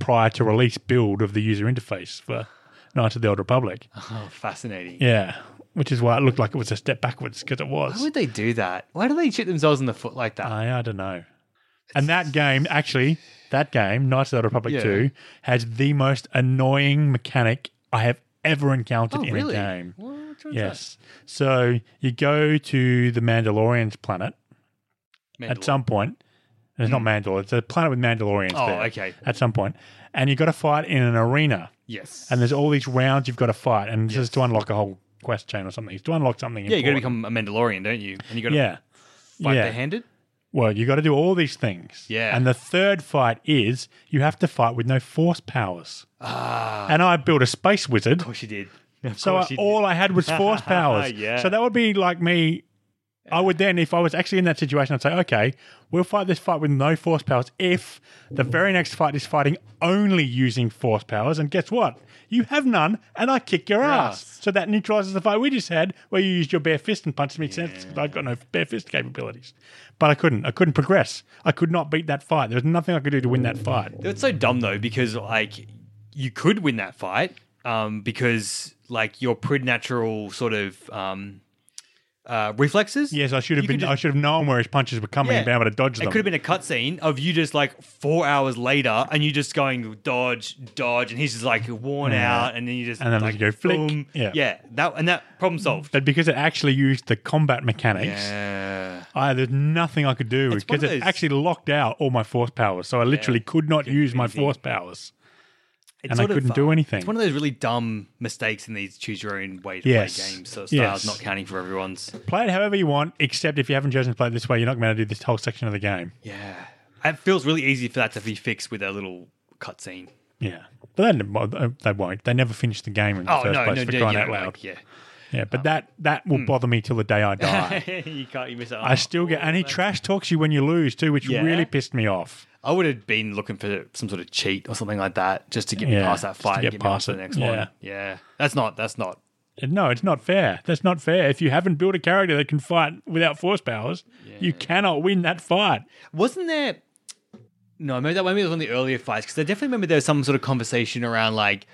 S2: prior to release build of the user interface for Knights of the Old Republic.
S1: It? [laughs] Oh, fascinating.
S2: Yeah, which is why it looked like it was a step backwards because it
S1: Why
S2: was.
S1: would they do that? Why do they shoot themselves in the foot like that?
S2: I, I don't know. And that game actually, that game Knights of the Old Republic
S1: Yeah.
S2: Two has the most annoying mechanic I have ever encountered
S1: oh,
S2: in
S1: really?
S2: a game.
S1: What? Which one's
S2: Yes. So you go to the Mandalorian's planet
S1: that?
S2: at some point. And It's not Mandalore. It's a planet with Mandalorians.
S1: Hmm. Oh,
S2: there
S1: okay.
S2: At some point, and you've got to fight in an arena,
S1: Yes.
S2: and there's all these rounds you've got to fight, and this is to unlock a whole quest chain or something. It's to unlock something.
S1: yeah, you got to
S2: important.
S1: become a Mandalorian, don't you? And you got to
S2: yeah,
S1: fight
S2: yeah.
S1: barehanded.
S2: well, you got to do all these things.
S1: Yeah.
S2: And the third fight is you have to fight with no force powers.
S1: Ah,
S2: And I built a space wizard.
S1: of course you did. Of
S2: So
S1: course
S2: I,
S1: you did.
S2: all I had was force powers.
S1: [laughs] Yeah.
S2: So that would be like me. I would then, if I was actually in that situation, I'd say, okay, we'll fight this fight with no force powers. If the very next fight is fighting only using force powers, and guess what? You have none, and I kick your ass.
S1: ass.
S2: So that neutralizes the fight we just had, where you used your bare fist and punched me. Sense because I've got no bare fist capabilities, but I couldn't. I couldn't progress. I could not beat that fight. There was nothing I could do to win that fight.
S1: It's so dumb though because like you could win that fight um, because like your preternatural sort of um, uh, reflexes.
S2: Yes, I should have
S1: You could
S2: been.
S1: just-
S2: I should have known where his punches were coming
S1: Yeah.
S2: and been able to dodge them.
S1: It could have been a cutscene of you just like four hours later, and you just going dodge, dodge, and he's just like worn out, and then you just
S2: And then
S1: like
S2: you go flick.
S1: boom.
S2: Yeah.
S1: yeah, that and that problem solved.
S2: But because it actually used the combat mechanics,
S1: Yeah,
S2: I, there's nothing I could do
S1: It's one
S2: because
S1: of
S2: it
S1: those-
S2: actually locked out all my force powers. So I literally could not use my
S1: crazy.
S2: force powers.
S1: It's
S2: And I
S1: sort of,
S2: couldn't do
S1: uh,
S2: anything.
S1: It's one of those really dumb mistakes in these choose your own way to
S2: Yes.
S1: play games. So stars
S2: Yes.
S1: not counting for everyone's.
S2: Play it however you want, except if you haven't chosen to play it this way, you're not going to do this whole section of the game.
S1: Yeah, it feels really easy for that to be fixed with a little cutscene.
S2: Yeah. But they, uh, they won't. They never finish the game in the
S1: Oh
S2: first
S1: no,
S2: place
S1: no,
S2: for
S1: no,
S2: crying
S1: you
S2: out
S1: know,
S2: loud.
S1: like, uh, hmm. yeah.
S2: yeah, but that, that will bother me till the day
S1: [laughs]
S2: I die.
S1: you can't. You miss out.
S2: I still get, and he trash talks you when you lose too, which
S1: Yeah.
S2: really pissed me off.
S1: I would have been looking for some sort of cheat or something like that just to get me
S2: Yeah,
S1: past that
S2: just to
S1: fight, and
S2: get
S1: get me on
S2: past
S1: to the
S2: it,
S1: next
S2: yeah.
S1: one. Yeah, that's not. That's not.
S2: And No, it's not fair. That's not fair. If you haven't built a character that can fight without force powers, you cannot win that fight.
S1: Wasn't there? No, maybe that maybe it was one of the earlier fights because I definitely remember there was some sort of conversation around like,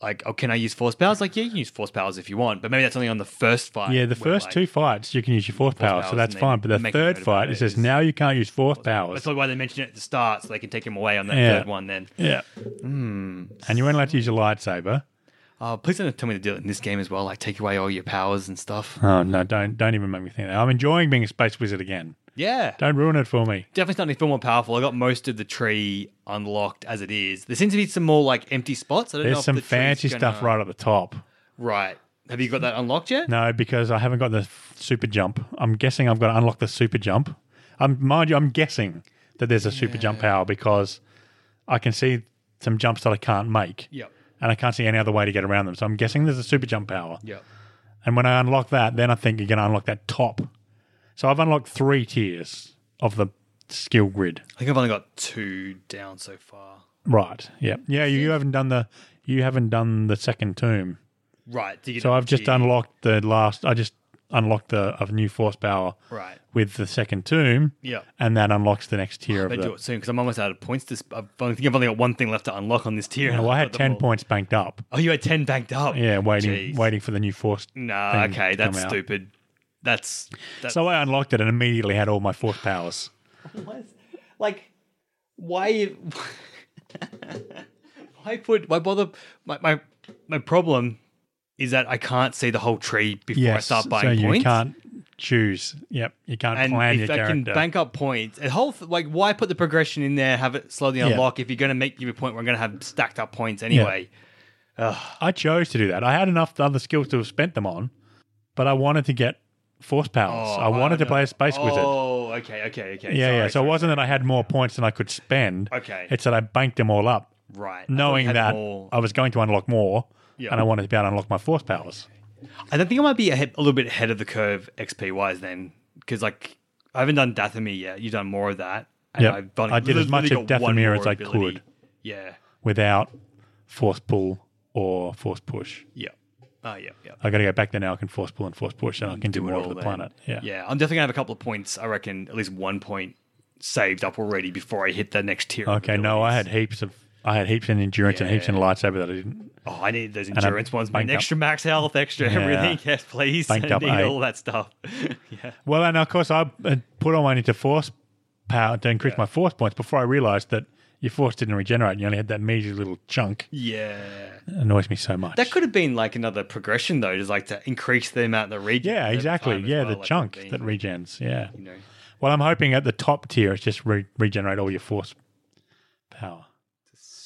S1: like, oh, can I use force powers? Like, yeah, you can use force powers if you want, but maybe that's only on the first fight.
S2: Yeah, the
S1: where,
S2: first
S1: like-
S2: two fights you can use your force, powers, so
S1: powers
S2: that's
S1: and
S2: fine.
S1: they
S2: But the
S1: make a
S2: third
S1: note about
S2: fight, it
S1: it
S2: says
S1: is-
S2: now you can't use force
S1: That's
S2: powers.
S1: probably why they mentioned it at the start, so they can take him away on that
S2: Yeah.
S1: third one. Then,
S2: Yeah,
S1: Hmm.
S2: and you weren't allowed to use your lightsaber.
S1: oh, please don't tell me to do it in this game as well. Like, take away all your powers and stuff.
S2: Oh no, don't don't even make me think that. I'm enjoying being a space wizard again.
S1: Yeah,
S2: Don't ruin it for me.
S1: definitely starting to feel more powerful. I got most of the tree unlocked as it is. There seems to be some more like empty spots. I don't know
S2: There's
S1: if
S2: some
S1: the tree's
S2: fancy
S1: gonna-
S2: stuff right at the top.
S1: Right. Have you got that unlocked yet?
S2: No, because I haven't got the f- super jump. I'm guessing I've got to unlock the super jump. I'm mind you, I'm guessing that there's a super jump power because I can see some jumps that I can't make.
S1: Yep.
S2: And I can't see any other way to get around them. So I'm guessing there's a super jump power.
S1: Yep.
S2: And when I unlock that, then I think you're going to unlock that top. So I've unlocked three tiers of the skill grid.
S1: I think I've only got two down so far.
S2: Right. Yeah. Yeah. You, you haven't done the you haven't done the second tomb.
S1: Right. do you get
S2: So
S1: a
S2: I've just
S1: tier?
S2: unlocked the last. I just unlocked the a new force power
S1: Right.
S2: with the second tomb.
S1: Yep.
S2: and that unlocks the next tier of
S1: Better Oh, do
S2: the.
S1: it soon because I'm almost out of points. This I've only, think I've only got one thing left to unlock on this tier. and
S2: Well,
S1: [laughs]
S2: I
S1: I've
S2: had
S1: got them
S2: ten
S1: all.
S2: points banked up.
S1: Oh, you had ten banked up.
S2: Yeah, waiting,
S1: Jeez.
S2: waiting for the new force.
S1: Nah.
S2: thing to
S1: Okay, that's
S2: come out.
S1: stupid. That's that's
S2: So I unlocked it and immediately had all my force powers.
S1: Why is- like why [laughs] why put why bother my, my my problem is that I can't see the whole tree before I
S2: Yes,
S1: start buying
S2: so you
S1: points.
S2: can't choose. Yep, you can't
S1: and
S2: plan your
S1: if I can
S2: character.
S1: bank up points, a whole th- like why put the progression in there? Have it slowly unlock if you're going to make you a point where I'm going to have stacked up points anyway.
S2: I chose to do that. I had enough other skills to have spent them on, but I wanted to get force powers.
S1: Oh,
S2: I wanted
S1: I
S2: to
S1: know.
S2: play a space wizard.
S1: Oh, okay, okay, okay.
S2: Yeah,
S1: Sorry,
S2: yeah. So
S1: sorry.
S2: it wasn't that I had more points than I could spend.
S1: Okay.
S2: It's that I banked them all up,
S1: right. I thought you
S2: knowing
S1: had
S2: that
S1: more-
S2: I was going to unlock more,
S1: Yeah.
S2: and I wanted to be able to unlock my force powers.
S1: I don't think I might be ahead, a little bit ahead of the curve XP wise then, because like I haven't done Dathomir yet. You've done more of that. and
S2: Yep.
S1: I've done-
S2: I did as much
S1: literally
S2: of
S1: got one
S2: Dathomir
S1: more
S2: as I
S1: ability.
S2: could.
S1: Yeah,
S2: without force pull or force push.
S1: yeah, oh yeah, yeah.
S2: I got to go back there now. I can force pull and force push, and I can do, more
S1: all
S2: of the
S1: then.
S2: planet. Yeah.
S1: yeah. I'm definitely gonna have a couple of points. I reckon at least one point saved up already before I hit the next tier. of
S2: Okay. No, I
S1: abilities.
S2: had heaps of. I had heaps in endurance and heaps in lightsaber that I didn't
S1: Oh, I need those
S2: I
S1: endurance ones. Man,
S2: banked up.
S1: extra max health, extra everything. [laughs] Yes, please.
S2: Banked
S1: I
S2: up
S1: need
S2: eight.
S1: all that stuff. [laughs] yeah.
S2: Well, and of course, I uh, put all mine into force power to increase my force points before I realized that your force didn't regenerate. and You only had that measly little chunk.
S1: Yeah.
S2: It annoys me so much.
S1: That could have been like another progression though, just like to increase the amount that regen.
S2: yeah,
S1: over
S2: exactly.
S1: time as
S2: Yeah,
S1: well,
S2: the
S1: like
S2: chunk
S1: being,
S2: that regens. Yeah.
S1: you know.
S2: Well, I'm hoping at the top tier, it's just re- regenerate all your force power.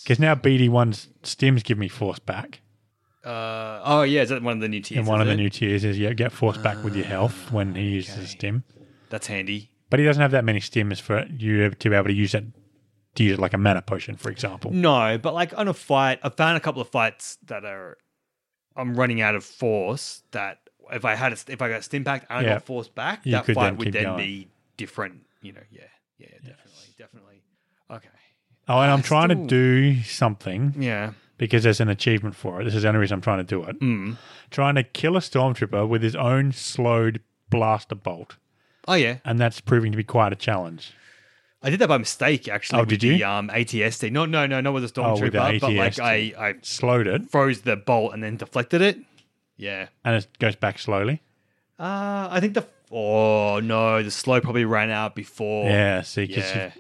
S2: Because now BD1's stims give me force back.
S1: Uh, oh yeah, is that one of the new tiers?
S2: And one
S1: is
S2: of the
S1: it? Ah,
S2: new tiers is you get force back with your health when he uses a stim.
S1: That's handy.
S2: But he doesn't have that many stims for you to be able to use it to use it like a mana potion, for example.
S1: No, but like on a fight, I found a couple of fights that are I'm running out of force. That if I had a, if I got stim packed and I
S2: Yeah.
S1: got force back,
S2: You
S1: that
S2: could
S1: fight
S2: then
S1: would
S2: keep
S1: then
S2: going.
S1: be different. You know, yeah, yeah, definitely, definitely. Okay,
S2: Oh, and I'm trying
S1: Ah, still-
S2: to do something
S1: yeah,
S2: because there's an achievement for it. This is the only reason I'm trying to do it.
S1: mm.
S2: Trying to kill a stormtrooper with his own slowed blaster bolt,
S1: oh yeah,
S2: and that's proving to be quite a challenge.
S1: I did that by mistake actually.
S2: Oh,
S1: with
S2: did
S1: the,
S2: you?
S1: Um, ATST. No, no, no, not with a
S2: Oh, with the
S1: stormtrooper, but like I,
S2: ATST.
S1: I
S2: Slowed it,
S1: froze the bolt and then deflected it. Yeah.
S2: and it goes back slowly.
S1: Uh, I think the oh no, the slow probably ran out before.
S2: Yeah, see, because
S1: Yeah.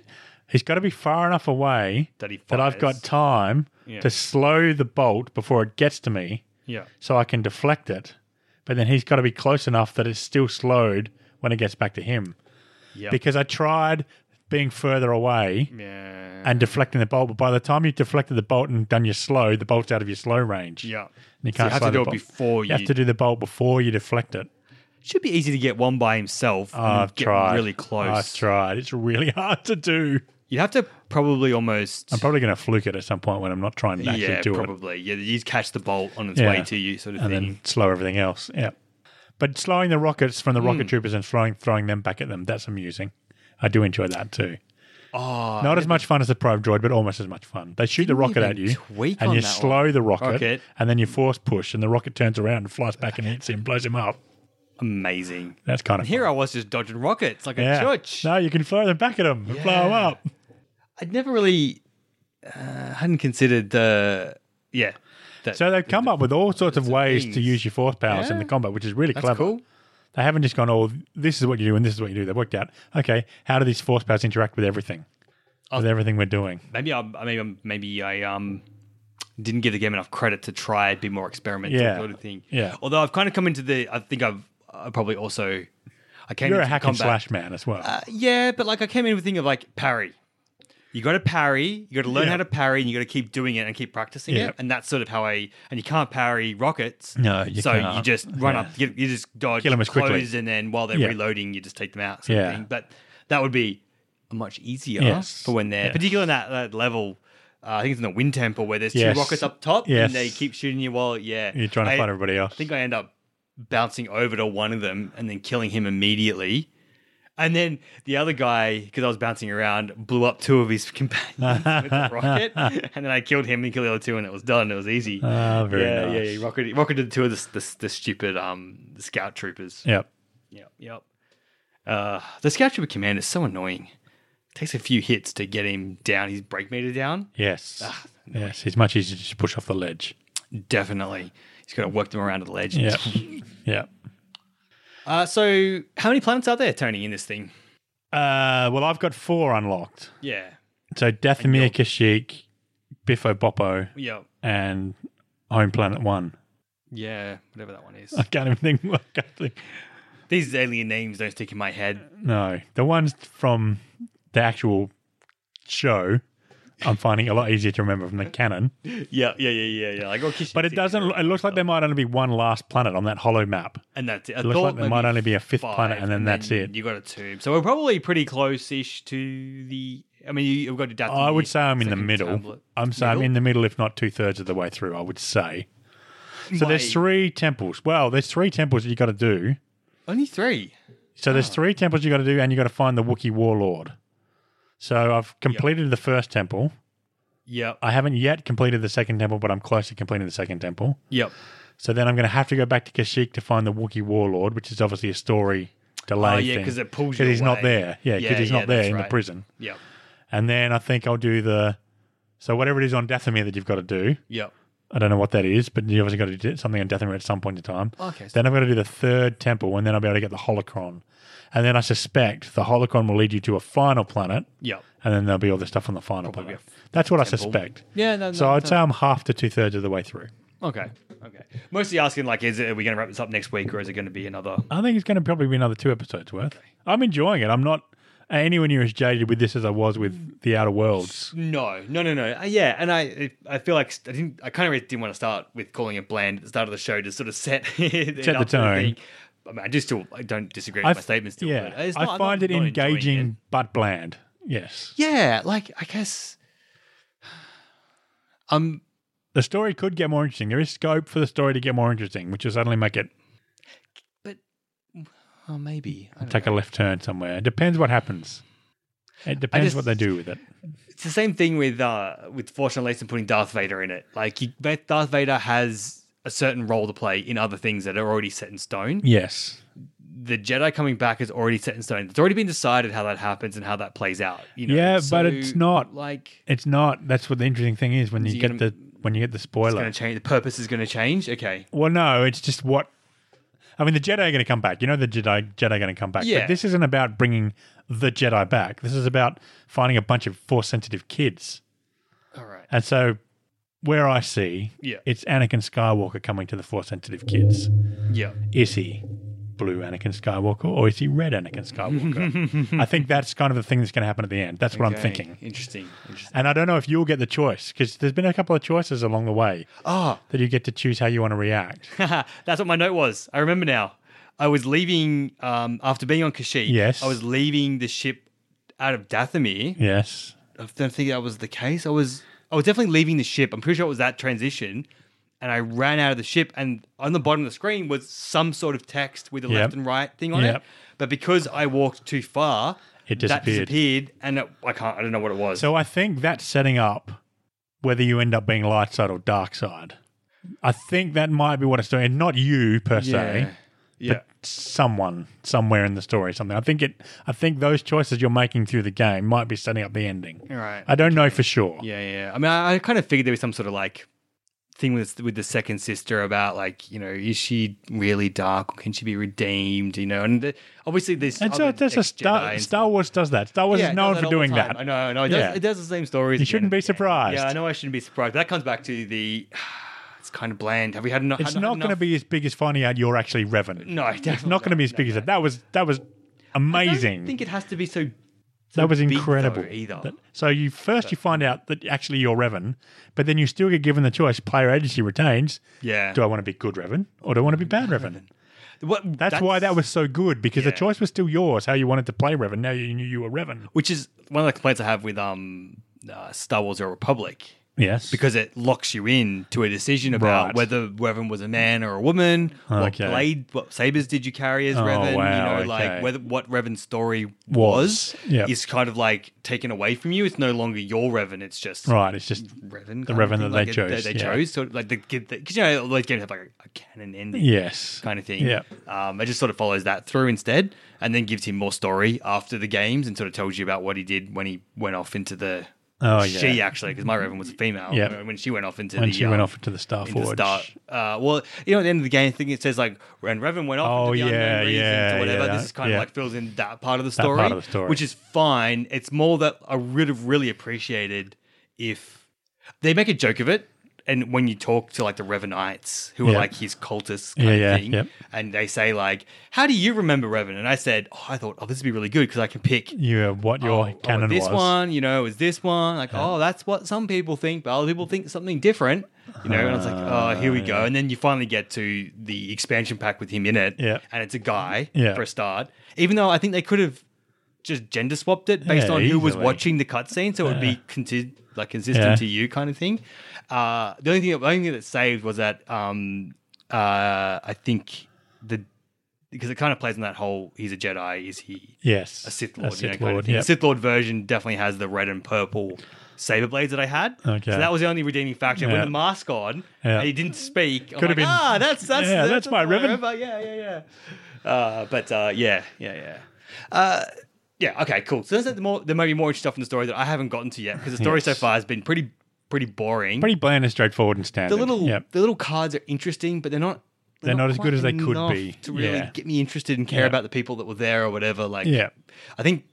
S2: he's got to be far enough away
S1: That he
S2: that I've
S1: fires.
S2: got time
S1: Yeah.
S2: to slow the bolt before it gets to me
S1: Yeah.
S2: so I can deflect it. But then he's got to be close enough that it's still slowed when it gets back to him.
S1: Yeah.
S2: Because I tried being further away
S1: yeah.
S2: and deflecting the bolt, but by the time you've deflected the bolt and done your slow, the bolt's out of your slow range.
S1: yeah.
S2: And you
S1: So you
S2: can't
S1: have
S2: slow
S1: to
S2: the
S1: do it
S2: bolt.
S1: before you.
S2: You have to do the bolt before you deflect it.
S1: Should be easy to get one by himself. and
S2: I've
S1: get
S2: tried.
S1: Really
S2: I've
S1: close.
S2: tried. It's really [laughs] hard to do.
S1: You'd have to probably almost.
S2: I'm probably going to fluke it at some point when I'm not trying to actually
S1: yeah,
S2: do it.
S1: probably. Yeah, you'd catch the bolt on its
S2: Yeah.
S1: way to you, sort of
S2: and
S1: thing.
S2: then slow everything else. Yeah. But slowing the rockets from the
S1: Hmm.
S2: rocket troopers and throwing throwing them back at them, that's amusing. I do enjoy that too.
S1: oh,
S2: Not as much fun as the probe droid, but almost as much fun. They shoot the
S1: Didn't
S2: rocket
S1: even
S2: at you,
S1: tweak
S2: and
S1: on
S2: you
S1: that
S2: slow the rocket,
S1: Rocket.
S2: and then you force push, and the rocket turns around and flies back and hits him, blows him up.
S1: amazing.
S2: That's kind of
S1: Here I was just dodging rockets like
S2: fun. yeah.
S1: a church.
S2: No, you can throw them back at them and blow them
S1: Yeah.
S2: up.
S1: I'd never really uh, hadn't considered the yeah. That,
S2: So they've come up with all sorts of ways to
S1: things.
S2: use your force powers in
S1: Yeah.
S2: the combat, which is really
S1: that's
S2: clever.
S1: cool.
S2: They haven't just gone, oh, this is what you do and this is what you do. They worked out, okay, how do these force powers interact with everything? With everything we're doing.
S1: Maybe I, I maybe I'm- maybe I um didn't give the game enough credit to try and be more experimental
S2: Yeah.
S1: sort of thing.
S2: Yeah.
S1: Although I've kind of come into the I think I've I probably also I came
S2: You're a
S1: into
S2: hack and
S1: combat.
S2: slash man as well.
S1: Uh, yeah, but like I came in with a thing of like parry. You got to parry. You got to learn
S2: Yeah.
S1: how to parry, and you got to keep doing it and keep practicing
S2: Yeah.
S1: it. And that's sort of how I. And you can't parry rockets.
S2: No, you
S1: so you
S2: can't.
S1: just run
S2: Yeah.
S1: up. You, you just dodge,
S2: Kill 'em as quickly.
S1: close, and then while they're
S2: Yeah.
S1: reloading, you just take them out. Sort
S2: Yeah.
S1: of thing. But that would be much easier
S2: Yes.
S1: for when they're
S2: Yes.
S1: particularly in that, that level. Uh, I think it's in the wind temple where there's
S2: Yes.
S1: two rockets up top,
S2: Yes.
S1: and they keep shooting you while yeah
S2: You're trying to
S1: I-
S2: fight everybody else.
S1: I think I end up bouncing over to one of them and then killing him immediately. And then the other guy, because I was bouncing around, blew up two of his [laughs] companions with a
S2: [laughs]
S1: rocket. And then I killed him and killed the other two, and it was done. It was easy.
S2: Ah, very
S1: yeah,
S2: nice.
S1: yeah, yeah. Rocketed, rocketed two of the, the, the stupid um, scout troopers.
S2: Yep.
S1: Yep, yep. Uh, the scout trooper commander is so annoying. takes a few hits to get him down, his brake meter down.
S2: Yes.
S1: Ah,
S2: yes. It's much easier to just push off the ledge.
S1: Definitely. He's got to work them around to the ledge. [laughs]
S2: Yeah. yeah.
S1: Uh, so, how many planets are there, Tony, in this thing?
S2: Uh, well, I've got four unlocked.
S1: Yeah.
S2: So Dathomir Kashyyyk, Biffo Boppo,
S1: Yeah.
S2: and Home Planet One.
S1: Yeah. Whatever that one is.
S2: I can't even think. I can't think.
S1: [laughs] These alien names don't stick in my head.
S2: No, the ones from the actual show, I'm finding a lot easier to remember from the canon.
S1: Yeah. Yeah. Yeah. Yeah. Yeah. Like, oh, Kish-
S2: But it doesn't. It looks like there might only be one last planet on that hollow map.
S1: And that's it. I
S2: It looks
S1: thought
S2: like there might
S1: maybe
S2: only be a fifth
S1: five,
S2: planet, and then that's it.
S1: You got a two. So we're probably pretty close ish to the. I mean, you, you've got to doubt.
S2: I would say I'm in the
S1: second
S2: middle.
S1: tablet.
S2: I'm saying I'm
S1: Middle?
S2: in the middle, if not two thirds of the way through. I would say. So
S1: Wait.
S2: there's three temples. Well, there's three temples that you got to do.
S1: Only three.
S2: So
S1: Ah.
S2: there's three temples you got to do, and you got to find the Wookiee warlord. So I've completed the first temple.
S1: Yep.
S2: I haven't yet completed the second temple, but I'm close to completing the second temple.
S1: Yep.
S2: So then I'm going to have to go back to Kashyyyk to find the Wookiee warlord, which is obviously a story delay.
S1: Oh, yeah,
S2: thing.
S1: 'cause it pulls you
S2: he's not
S1: away.
S2: there. Yeah, because
S1: Yeah,
S2: he's
S1: yeah,
S2: not there
S1: that's
S2: in the
S1: right.
S2: prison.
S1: Yep.
S2: And then I think I'll do the. So whatever it is on Dathomir that you've got to do,
S1: Yep.
S2: I don't know what that is, but you obviously got to do something on Dathomir at some point in time.
S1: Okay. So
S2: Then I've got to do the third temple, and then I'll be able to get the Holocron. And then I suspect the Holocron will lead you to a final planet,
S1: yep.
S2: and then there'll be all the stuff on the final
S1: Probably
S2: planet.
S1: a
S2: That's what I
S1: temple.
S2: suspect.
S1: Yeah. No,
S2: So I'd say I'm half to two thirds of the way through.
S1: Okay. Okay. Mostly asking like, is it, are we going to wrap this up next week, or is it going to be another?
S2: I think it's going to probably be another two episodes worth. I'm enjoying it. I'm not anywhere near as jaded with this as I was
S1: Mm.
S2: with the Outer Worlds.
S1: No, no, no, no. Uh, yeah, and I, it- I feel like st- I didn't, I kind of really didn't want to start with calling [laughs] it bland at the start of the show to sort of set set
S2: the tone.
S1: I mean, I just still I don't disagree with
S2: I
S1: my
S2: f-
S1: statements. Still,
S2: yeah,
S1: but it's not-
S2: I
S1: I'm
S2: find
S1: not-
S2: it
S1: not enjoying
S2: engaging
S1: it.
S2: but bland. Yes,
S1: Yeah, like I guess um
S2: the story could get more interesting. There is scope for the story to get more interesting, which will suddenly make it
S1: oh, maybe I don't
S2: take a left turn somewhere. It depends what happens. It depends what
S1: just-
S2: they do with it.
S1: it's the same thing with uh with Fortune Layson putting Darth Vader in it. Like you, Darth Vader has a certain role to play in other things that are already set in stone.
S2: Yes,
S1: The Jedi coming back is already set in stone. It's already been decided how that happens and how that plays out. You know?
S2: Yeah,
S1: So,
S2: but it's not.
S1: like
S2: it's not. That's what the interesting thing is when you
S1: you
S2: get
S1: gonna-
S2: the when you get the
S1: it's
S2: spoiler.
S1: going to change. The purpose is going to change. Okay,
S2: Well, no, it's just what. I mean, the Jedi are going to come back. You know, the Jedi Jedi are going to come back.
S1: Yeah.
S2: But this isn't about bringing the Jedi back. This is about finding a bunch of force sensitive kids.
S1: all right.
S2: And so, where I see,
S1: Yeah.
S2: it's Anakin Skywalker coming to the force sensitive kids.
S1: Yeah,
S2: Is he blue Anakin Skywalker or is he red Anakin
S1: [laughs]
S2: Skywalker? I think that's kind of the thing that's going to happen at the end. That's what I'm
S1: Okay.
S2: thinking.
S1: Interesting. Interesting.
S2: And I don't know if you'll get the choice because there's been a couple of choices along the way
S1: Ah, [laughs]
S2: that you get to choose how you want to react.
S1: That's what my note was. I remember now. I was leaving um, after being on Kashyyyk.
S2: Yes.
S1: I was leaving the ship out of Dathomir.
S2: Yes.
S1: I don't think that was the case. I was I was definitely leaving the ship. I'm pretty sure it was that transition. And I ran out of the ship, and on the bottom of the screen was some sort of text with a
S2: Yep.
S1: left and right thing on
S2: Yep.
S1: it. But because I walked too far,
S2: It
S1: that
S2: disappeared.
S1: disappeared, and it, I can't. I don't know what it was.
S2: So I think that's setting up whether you end up being light side or dark side. I think that might be what it's doing. And not you per
S1: yeah,
S2: se,
S1: yeah,
S2: but someone somewhere in the story, something. I think it. I think those choices you're making through the game might be setting up the ending.
S1: all right.
S2: I don't know for sure.
S1: Yeah, yeah. I mean, I, I kind of figured there was some sort of like thing with with the second sister about like you know is she really dark or can she be redeemed? You know, and the, obviously there's
S2: And so
S1: other
S2: that's a
S1: ex-Jedi
S2: Star,
S1: and
S2: Star Wars does that. Star Wars
S1: Yeah, it does
S2: is known
S1: that
S2: for
S1: all
S2: doing
S1: the time.
S2: that.
S1: I know, I know. It,
S2: Yeah.
S1: does, it does the same stories.
S2: You
S1: at the
S2: shouldn't
S1: end of
S2: be
S1: the game.
S2: surprised.
S1: Yeah, I know. I shouldn't be surprised. That comes back to the. [sighs] It's kind of bland. Have we had enough?
S2: It's not going to be as big as finding out you're actually Revan.
S1: No, definitely
S2: it's not going to
S1: not.
S2: be as big as that. That was that was amazing.
S1: I don't think it has to be so. so
S2: That was
S1: big, though,
S2: incredible.
S1: either.
S2: That- so you first you find out that actually you're Revan, but then you still get given the choice. Player agency retains.
S1: yeah.
S2: Do I want to be good Revan or do I want to be bad Revan?
S1: What-
S2: That's, why that was so good because the
S1: Yeah.
S2: choice was still yours. How you wanted to play Revan. Now you knew you were Revan.
S1: Which is one of the complaints I have with um, uh, Star Wars: The Republic.
S2: Yes. Because
S1: because it locks you in to a decision about
S2: Right.
S1: whether Revan was a man or a woman, what
S2: Okay. Oh,
S1: blade, what sabers did you carry as Revan,
S2: wow,
S1: you know,
S2: okay.
S1: like whether what Revan's story
S2: Was,
S1: was,
S2: yep.
S1: is kind of like taken away from you. It's no longer your Revan; it's just
S2: right, it's just
S1: Revan,
S2: The
S1: kind of
S2: Revan
S1: thing,
S2: that
S1: like
S2: they
S1: it-
S2: chose,
S1: They,
S2: yeah.
S1: chose, so like the because you know all those games have like a, a canon ending,
S2: yes.
S1: kind of thing.
S2: Yeah.
S1: Um, it just sort of follows that through instead, and then gives him more story after the games, and sort of tells you about what he did when he went off into the.
S2: Oh,
S1: she
S2: yeah.
S1: actually, because my Revan was a female.
S2: Yeah.
S1: When she went off into
S2: When
S1: the
S2: she
S1: um,
S2: went off to the Star
S1: into the
S2: Forge.
S1: start. Uh, well, you know, at the end of the game, I think it says like when Revan went off
S2: Oh,
S1: into the
S2: yeah,
S1: unknown regions
S2: yeah,
S1: or whatever.
S2: yeah,
S1: this is kind
S2: yeah.
S1: of like fills in that part of the
S2: part
S1: story,
S2: of the story.
S1: which is fine. It's more that I would have really appreciated if they make a joke of it. And when you talk to like the Revanites, who
S2: Yeah.
S1: are like his cultists kind
S2: Yeah,
S1: of
S2: yeah,
S1: thing,
S2: yep.
S1: and they say like, "How do you remember Revan?" And I said, "Oh, I thought, oh, this would be really good because I can pick
S2: You were what your
S1: oh, oh,
S2: canon
S1: this
S2: was.
S1: one, you know, it was this one. Like, oh, that's what some people think, but other people think something different. You know, and I was like, oh,
S2: Uh,
S1: here we go. And then you finally get to the expansion pack with him in it,
S2: Yeah.
S1: and it's a guy
S2: Yeah.
S1: for a start. Even though I think they could have just gender swapped it based
S2: Yeah,
S1: on who was
S2: easily.
S1: watching the cutscene, so it would be conti- like consistent
S2: Yeah.
S1: to you kind of thing. Uh, the only thing, the only thing that saved was that um, uh, I think the because it kind of plays on that whole he's a Jedi, is he?
S2: Yes.
S1: a Sith Lord.
S2: A
S1: you know,
S2: Sith
S1: kind of
S2: Lord.
S1: thing. The
S2: yep.
S1: Sith Lord version definitely has the red and purple saber blades that I had.
S2: Okay.
S1: So that was the only redeeming factor. With
S2: Yeah.
S1: the mask on,
S2: Yeah.
S1: and he didn't speak. Could have
S2: Could have
S1: been.
S2: been-
S1: Ah, that's that's
S2: Yeah, that's my ribbon."
S1: River. Yeah, yeah, yeah. Uh, but uh, yeah, yeah, yeah. Uh, yeah. Okay. Cool. So there's more. There may be more interesting stuff in the story that I haven't gotten to yet because the story so
S2: Yes.
S1: far has been pretty pretty boring.
S2: Pretty bland and straightforward and standard.
S1: the little
S2: Yep.
S1: the little cards are interesting, but they're not.
S2: They're not as
S1: quite
S2: good as they could
S1: enough
S2: be.
S1: to really
S2: Yeah.
S1: get me interested and care
S2: Yeah.
S1: about the people that were there or whatever. Like,
S2: Yeah.
S1: I think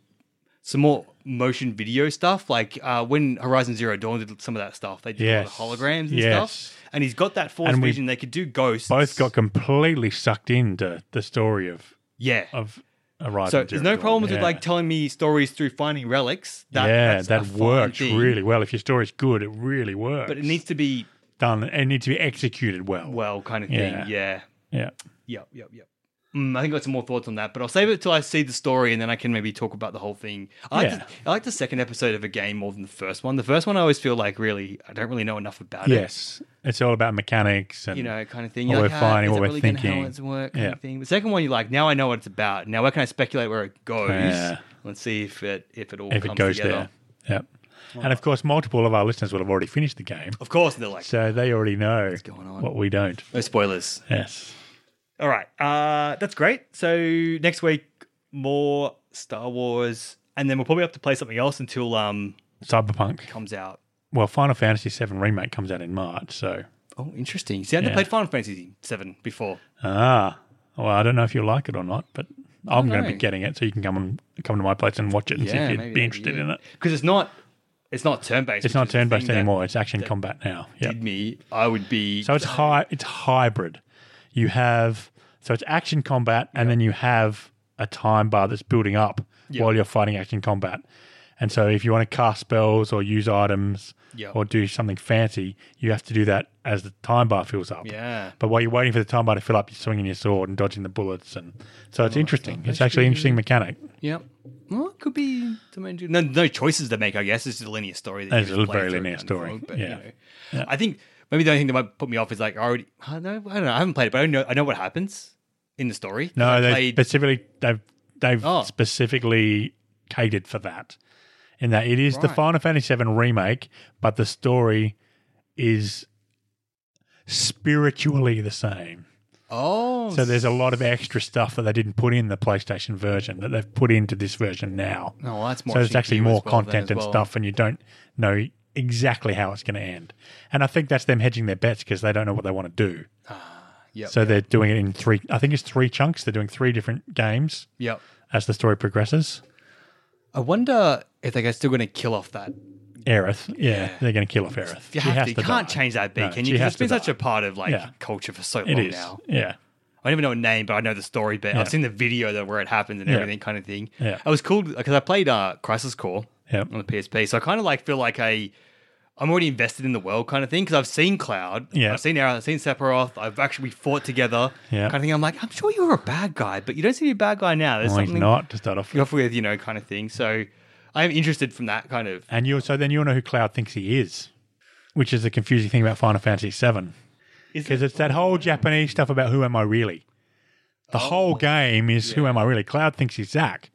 S1: some more motion video stuff, like uh, when Horizon Zero Dawn did some of that stuff. They did
S2: Yes.
S1: a lot of holograms and
S2: Yes.
S1: stuff, and he's got that force
S2: And we
S1: vision. They could do ghosts.
S2: Both got completely sucked into the story of
S1: yeah.
S2: of arriving.
S1: So there's no problems with like telling me stories through finding relics. That,
S2: yeah,
S1: that's a
S2: that
S1: fine
S2: works
S1: thing,
S2: really well. If your story's good, it really works.
S1: but it needs to be
S2: done. It needs to be executed well.
S1: well, kind of
S2: Yeah.
S1: thing. Yeah,
S2: Yeah.
S1: yep, yep, yep. Mm, I think I got some more thoughts on that, but I'll save it till I see the story and then I can maybe talk about the whole thing. I like,
S2: Yeah.
S1: the, I like the second episode of a game more than the first one. The first one I always feel like really I don't really know enough about it.
S2: Yes, it's all about mechanics and
S1: you know, kind of thing.
S2: What
S1: You're
S2: we're
S1: like, ah, is
S2: finding, what
S1: it
S2: we're
S1: really gonna-
S2: thinking.
S1: How it's work, kind
S2: Yeah.
S1: of thing. The second one, you're like, now I know what it's about. Now where can I speculate where it goes?
S2: Yeah.
S1: Let's see if it if it all
S2: if
S1: comes
S2: it goes
S1: together.
S2: there. Yep. And of course, multiple of our listeners will have already finished the game,
S1: Of course, they're like
S2: so they already know
S1: going on?
S2: what we don't.
S1: no spoilers.
S2: Yes.
S1: All right, uh, that's great. So next week, more Star Wars, and then we'll probably have to play something else until um
S2: Cyberpunk.
S1: comes out.
S2: Well, Final Fantasy VII Remake comes out in March, so
S1: Oh, interesting. See, I never
S2: Yeah.
S1: played Final Fantasy Seven before.
S2: ah. Well, I don't know if you'll like it or not, but I'm going to be
S1: know.
S2: getting it, so you can come and come to my place and watch it and see if you'd be interested in it.
S1: because it's not it's not turn based.
S2: It's not turn-based anymore; it's action combat now. Yeah.
S1: Did me? I would be
S2: So it's high. It's hybrid. You have so it's action combat, and then you have a time bar that's building up while you're fighting action combat. And so if you want to cast spells or use items
S1: Yeah.
S2: or do something fancy, you have to do that as the time bar fills up.
S1: yeah.
S2: But while you're waiting for the time bar to fill up, you're swinging your sword and dodging the bullets, and so
S1: Oh,
S2: it's interesting. It's actually an interesting mechanic.
S1: Yep. Well, it could be something to- no no choices to make. I guess it's just a linear story. That you
S2: It's
S1: just
S2: a
S1: play
S2: very
S1: through
S2: linear
S1: and
S2: story,
S1: unfold,
S2: yeah.
S1: I think maybe the only thing that might put me off is like I already. I don't know. I don't know. I haven't played it, but I know I know what happens in the story. I
S2: No, they
S1: played-
S2: specifically they've they've
S1: Oh.
S2: specifically catered for that. In that it is the
S1: Right.
S2: Final Fantasy VII remake, but the story is spiritually the same.
S1: oh,
S2: So there's a lot of extra stuff that they didn't put in the PlayStation version that they've put into this version now.
S1: No, well, that's more.
S2: so there's
S1: CPU
S2: actually
S1: as
S2: more
S1: well then
S2: content
S1: as
S2: and
S1: well.
S2: stuff, and you don't know exactly how it's going to end. And I think that's them hedging their bets because they don't know what they want to do.
S1: Yep.
S2: So they're doing it in three. I think it's three chunks. They're doing three different games
S1: yep.
S2: as the story progresses.
S1: I wonder if they're still going to kill off that.
S2: Aerith, yeah, they're going to kill off Aerith.
S1: You
S2: She
S1: have
S2: has
S1: to. You can't
S2: die.
S1: change that, B,
S2: No,
S1: can
S2: she
S1: you? 'Cause
S2: has
S1: it's been
S2: to
S1: such a part of like
S2: Yeah.
S1: culture for so
S2: It
S1: long
S2: is,
S1: now.
S2: yeah,
S1: I don't even know a name, but I know the story. But
S2: Yeah.
S1: I've seen the video that where it happens and everything kind of thing.
S2: Yeah.
S1: I was cool because I played uh, Crisis Core
S2: yeah.
S1: on the PSP, so I kind of like feel like I, I'm already invested in the world kind of thing because I've seen Cloud,
S2: Yeah.
S1: I've seen Arrow, I've seen Sephiroth, I've actually we fought together,
S2: Yeah.
S1: kind of thing. I'm like, I'm sure you were a bad guy, but you don't seem to be a bad guy now. There's
S2: Well, he's
S1: something
S2: not to start off, with.
S1: off with, you know, kind of thing. So I am interested from that kind of.
S2: and you. So then you know who Cloud thinks he is, which is the confusing thing about Final Fantasy VII,
S1: Is
S2: because it's that whole Japanese stuff about who am I really. The
S1: Oh
S2: whole game is who am I really? Cloud thinks he's Zack.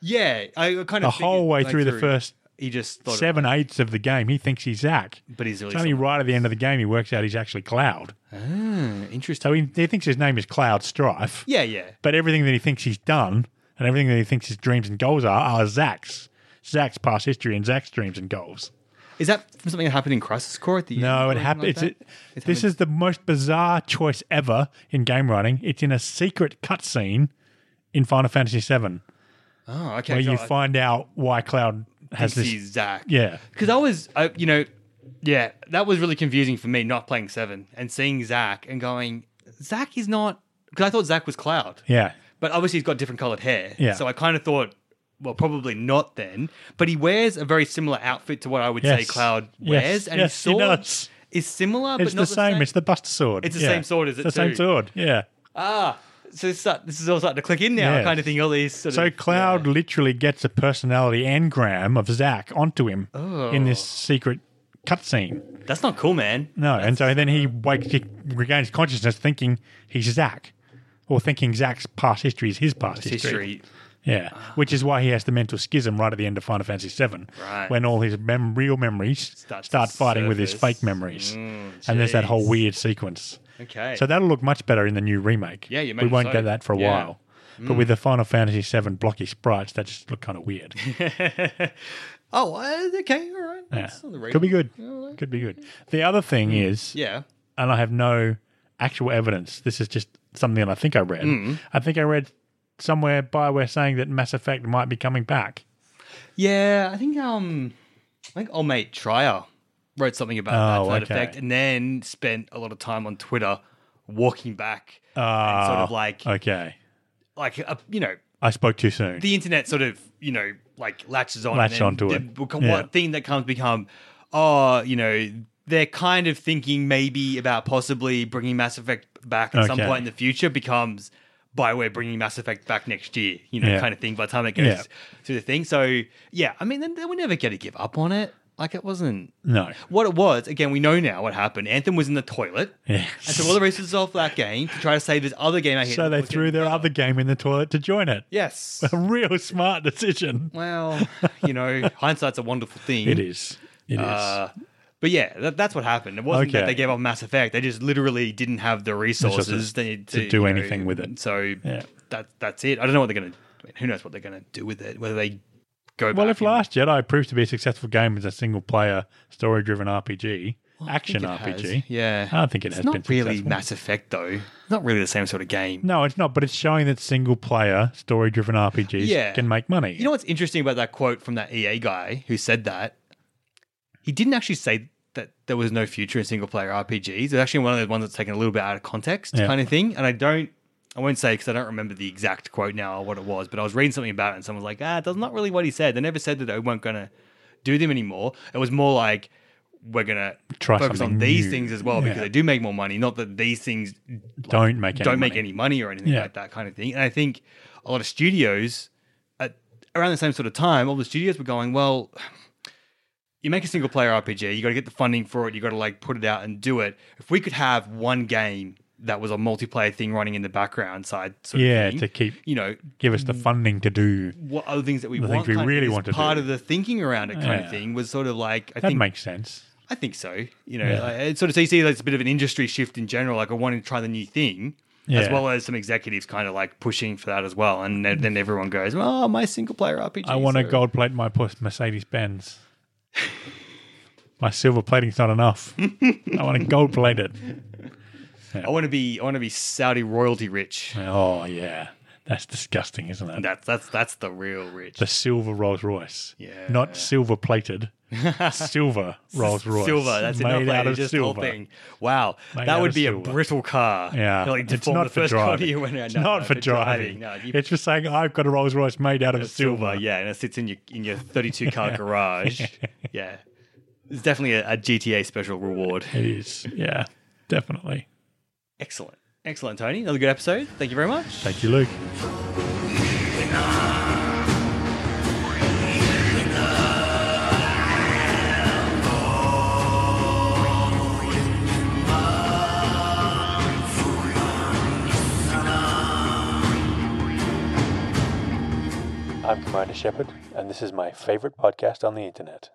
S1: Yeah, I kind of
S2: The whole way through the first
S1: He just thought, it,
S2: seven eighths of the game, he thinks he's Zack.
S1: but he's really
S2: It's only right at the end of the game he works out he's actually Cloud.
S1: someone- Ah, interesting.
S2: So he, he thinks his name is Cloud Strife.
S1: Yeah, yeah.
S2: But everything that he thinks he's done and everything that he thinks his dreams and goals are are Zach's. Zach's past history and Zach's dreams and goals.
S1: Is that from something that happened in Crisis Core at the end?
S2: No,
S1: or anything
S2: it
S1: like
S2: happens.
S1: that?
S2: It's it, this is the most bizarre choice ever in game writing. It's in a secret cutscene in Final Fantasy VII
S1: oh, okay.
S2: where
S1: so
S2: you
S1: I
S2: find out why Cloud has
S1: think
S2: this.
S1: he's Zach.
S2: Yeah,
S1: because I was, I, you know, yeah, that was really confusing for me not playing Seven and seeing Zach and going, Zach is not because I thought Zach was Cloud,
S2: yeah,
S1: but obviously he's got different colored hair.
S2: Yeah.
S1: So I kind of thought, well, probably not then. But he wears a very similar outfit to what I would say
S2: Yes.
S1: Cloud
S2: Yes.
S1: wears, and
S2: Yes,
S1: his
S2: he
S1: sword
S2: does.
S1: is similar, but
S2: it's
S1: not
S2: the same. It's the Buster Sword.
S1: It's the
S2: Yeah.
S1: same sword, is it,
S2: The same
S1: too?
S2: sword. Yeah.
S1: ah. So this, start- this is all starting to click in now,
S2: Yes.
S1: kind of thing. All these sort
S2: So
S1: of,
S2: Cloud literally gets a personality engram of Zack onto him
S1: Oh.
S2: in this secret cutscene.
S1: That's not cool, man.
S2: No, and so then he wakes, he regains consciousness, thinking he's Zach, or thinking Zach's past history is his past history.
S1: History. Ah.
S2: Yeah, which is why he has the mental schism right at the end of Final Fantasy VII,
S1: Right.
S2: when all his mem- real memories
S1: Starts to
S2: start fighting with his
S1: surface. Mm,
S2: fake memories, and there's that whole weird sequence.
S1: Okay.
S2: So that'll look much better in the new remake.
S1: Yeah, you
S2: we
S1: imagine
S2: won't
S1: so.
S2: get that for a
S1: Yeah. Mm.
S2: while. But with the Final Fantasy VII blocky sprites, that just look kind
S1: [laughs]
S2: of weird.
S1: oh, uh, okay, all right. That's on the
S2: Could be
S1: radar.
S2: good. Could be good. The other thing
S1: Mm.
S2: is,
S1: Yeah.
S2: and I have no actual evidence. This is just something that I think I read. I think I read somewhere Bioware saying that Mass Effect might be coming back.
S1: Yeah, I think um, I think old mate Trier wrote something about
S2: Oh,
S1: that, to that
S2: okay.
S1: effect, and then spent a lot of time on Twitter walking back, and sort
S2: Ah,
S1: of like
S2: Okay,
S1: like uh, you know
S2: I spoke too soon.
S1: the internet sort of you know like latches on,
S2: Latch
S1: and then
S2: onto
S1: the-
S2: it.
S1: Become,
S2: Yeah.
S1: What thing that comes become, oh, you know. They're kind of thinking maybe about possibly bringing Mass Effect back at some
S2: Okay.
S1: point in the future becomes Bioware bringing Mass Effect back next year, you know,
S2: Yeah.
S1: kind of thing. By the time it goes
S2: Yeah.
S1: through the thing, so yeah, I mean, they, they were never going to give up on it. Like it wasn't
S2: No.
S1: what it was. Again, we know now what happened. Anthem was in the toilet,
S2: Yeah.
S1: and so all the resources off that game to try to save this other game. I hit
S2: So they threw their other game in the toilet to join it. [laughs]
S1: yes.
S2: A real smart decision.
S1: Well, you
S2: [laughs]
S1: know, hindsight's a wonderful thing.
S2: It is. It is.
S1: Uh, but yeah, that, that's what happened. It wasn't that
S2: Okay.
S1: they gave up Mass Effect; they just literally didn't have the resources they need
S2: to
S1: to,
S2: do
S1: you know,
S2: anything with it.
S1: So
S2: Yeah.
S1: that that's it. I don't know what they're going to. I mean, who knows what they're going to do with it? Whether they go
S2: well,
S1: back
S2: if
S1: and-
S2: Last Jedi proves to be a successful game as a single player, story driven RPG,
S1: Well, I
S2: action
S1: think it has.
S2: RPG,
S1: yeah,
S2: I don't think it
S1: it's
S2: has
S1: not
S2: been
S1: really
S2: uh, successful.
S1: Mass Effect though. It's not really the same sort of game.
S2: No, it's not, but it's showing that single player, story driven RPGs
S1: Yeah.
S2: can make money.
S1: You know what's interesting about that quote from that EA guy who said that? He didn't actually say that there was no future in single player RPGs. It's actually one of the ones that's taken a little bit out of context,
S2: Yeah.
S1: kind of thing. And I don't, I won't say because I don't remember the exact quote now or what it was, but I was reading something about it and someone was like, ah, that's not really what he said. They never said that they weren't going to do them anymore. It was more like, we're going to
S2: Try
S1: focus on
S2: something
S1: these
S2: new.
S1: things as well because
S2: Yeah.
S1: they do make more money. Not that these things
S2: don't make any
S1: don't make
S2: money.
S1: any money or anything
S2: Yeah.
S1: like that kind of thing. And I think a lot of studios at around the same sort of time, all the studios were going, well, [sighs] you make a single player RPG, you got to get the funding for it, you got to like put it out and do it. If we could have one game that was a multiplayer thing running in the background side, sort
S2: Yeah,
S1: of thing,
S2: to keep
S1: you know,
S2: give us the funding to do.
S1: what other things that we
S2: The
S1: want,
S2: things we
S1: kind of
S2: really
S1: is
S2: want to
S1: part
S2: do.
S1: of the thinking around it kind
S2: Yeah.
S1: of thing was sort of like I
S2: That
S1: think
S2: makes sense.
S1: I think so. You know,
S2: Yeah.
S1: like, it's sort of so you see like, it's a bit of an industry shift in general. Like I want to try the new thing, as
S2: Yeah.
S1: well as some executives kind of like pushing for that as well. And then, then everyone goes, "Oh, my single player RPG."
S2: I want to
S1: so-"
S2: gold plate my Mercedes
S1: [laughs]
S2: Benz. my silver plating's not enough. I want to gold plate it.
S1: I want to be. I want to be Saudi royalty rich.
S2: Oh yeah, that's disgusting, isn't it?
S1: That's that's that's the real rich.
S2: The silver Rolls Royce.
S1: Yeah.
S2: Not
S1: [laughs]
S2: silver plated. silver Rolls Royce.
S1: Silver, that's
S2: made
S1: enough.
S2: out of
S1: just
S2: silver.
S1: whole thing. Wow,
S2: Made out
S1: that would
S2: of
S1: be
S2: silver.
S1: a brittle car.
S2: Yeah,
S1: like to
S2: it's
S1: form
S2: not
S1: the
S2: for
S1: first car
S2: driving.
S1: you went out.
S2: It's
S1: No,
S2: not
S1: no,
S2: for driving.
S1: No, you
S2: It's just saying I've got a Rolls Royce made out of silver.
S1: silver, yeah, and it sits in your in your 32 car garage. Yeah, it's definitely a, a GTA special reward.
S2: It is. Yeah, definitely.
S1: Excellent, excellent, Tony. Another good episode. Thank you very much.
S2: Thank you, Luke. I'm Commander Shepard, and this is my favorite podcast on the internet.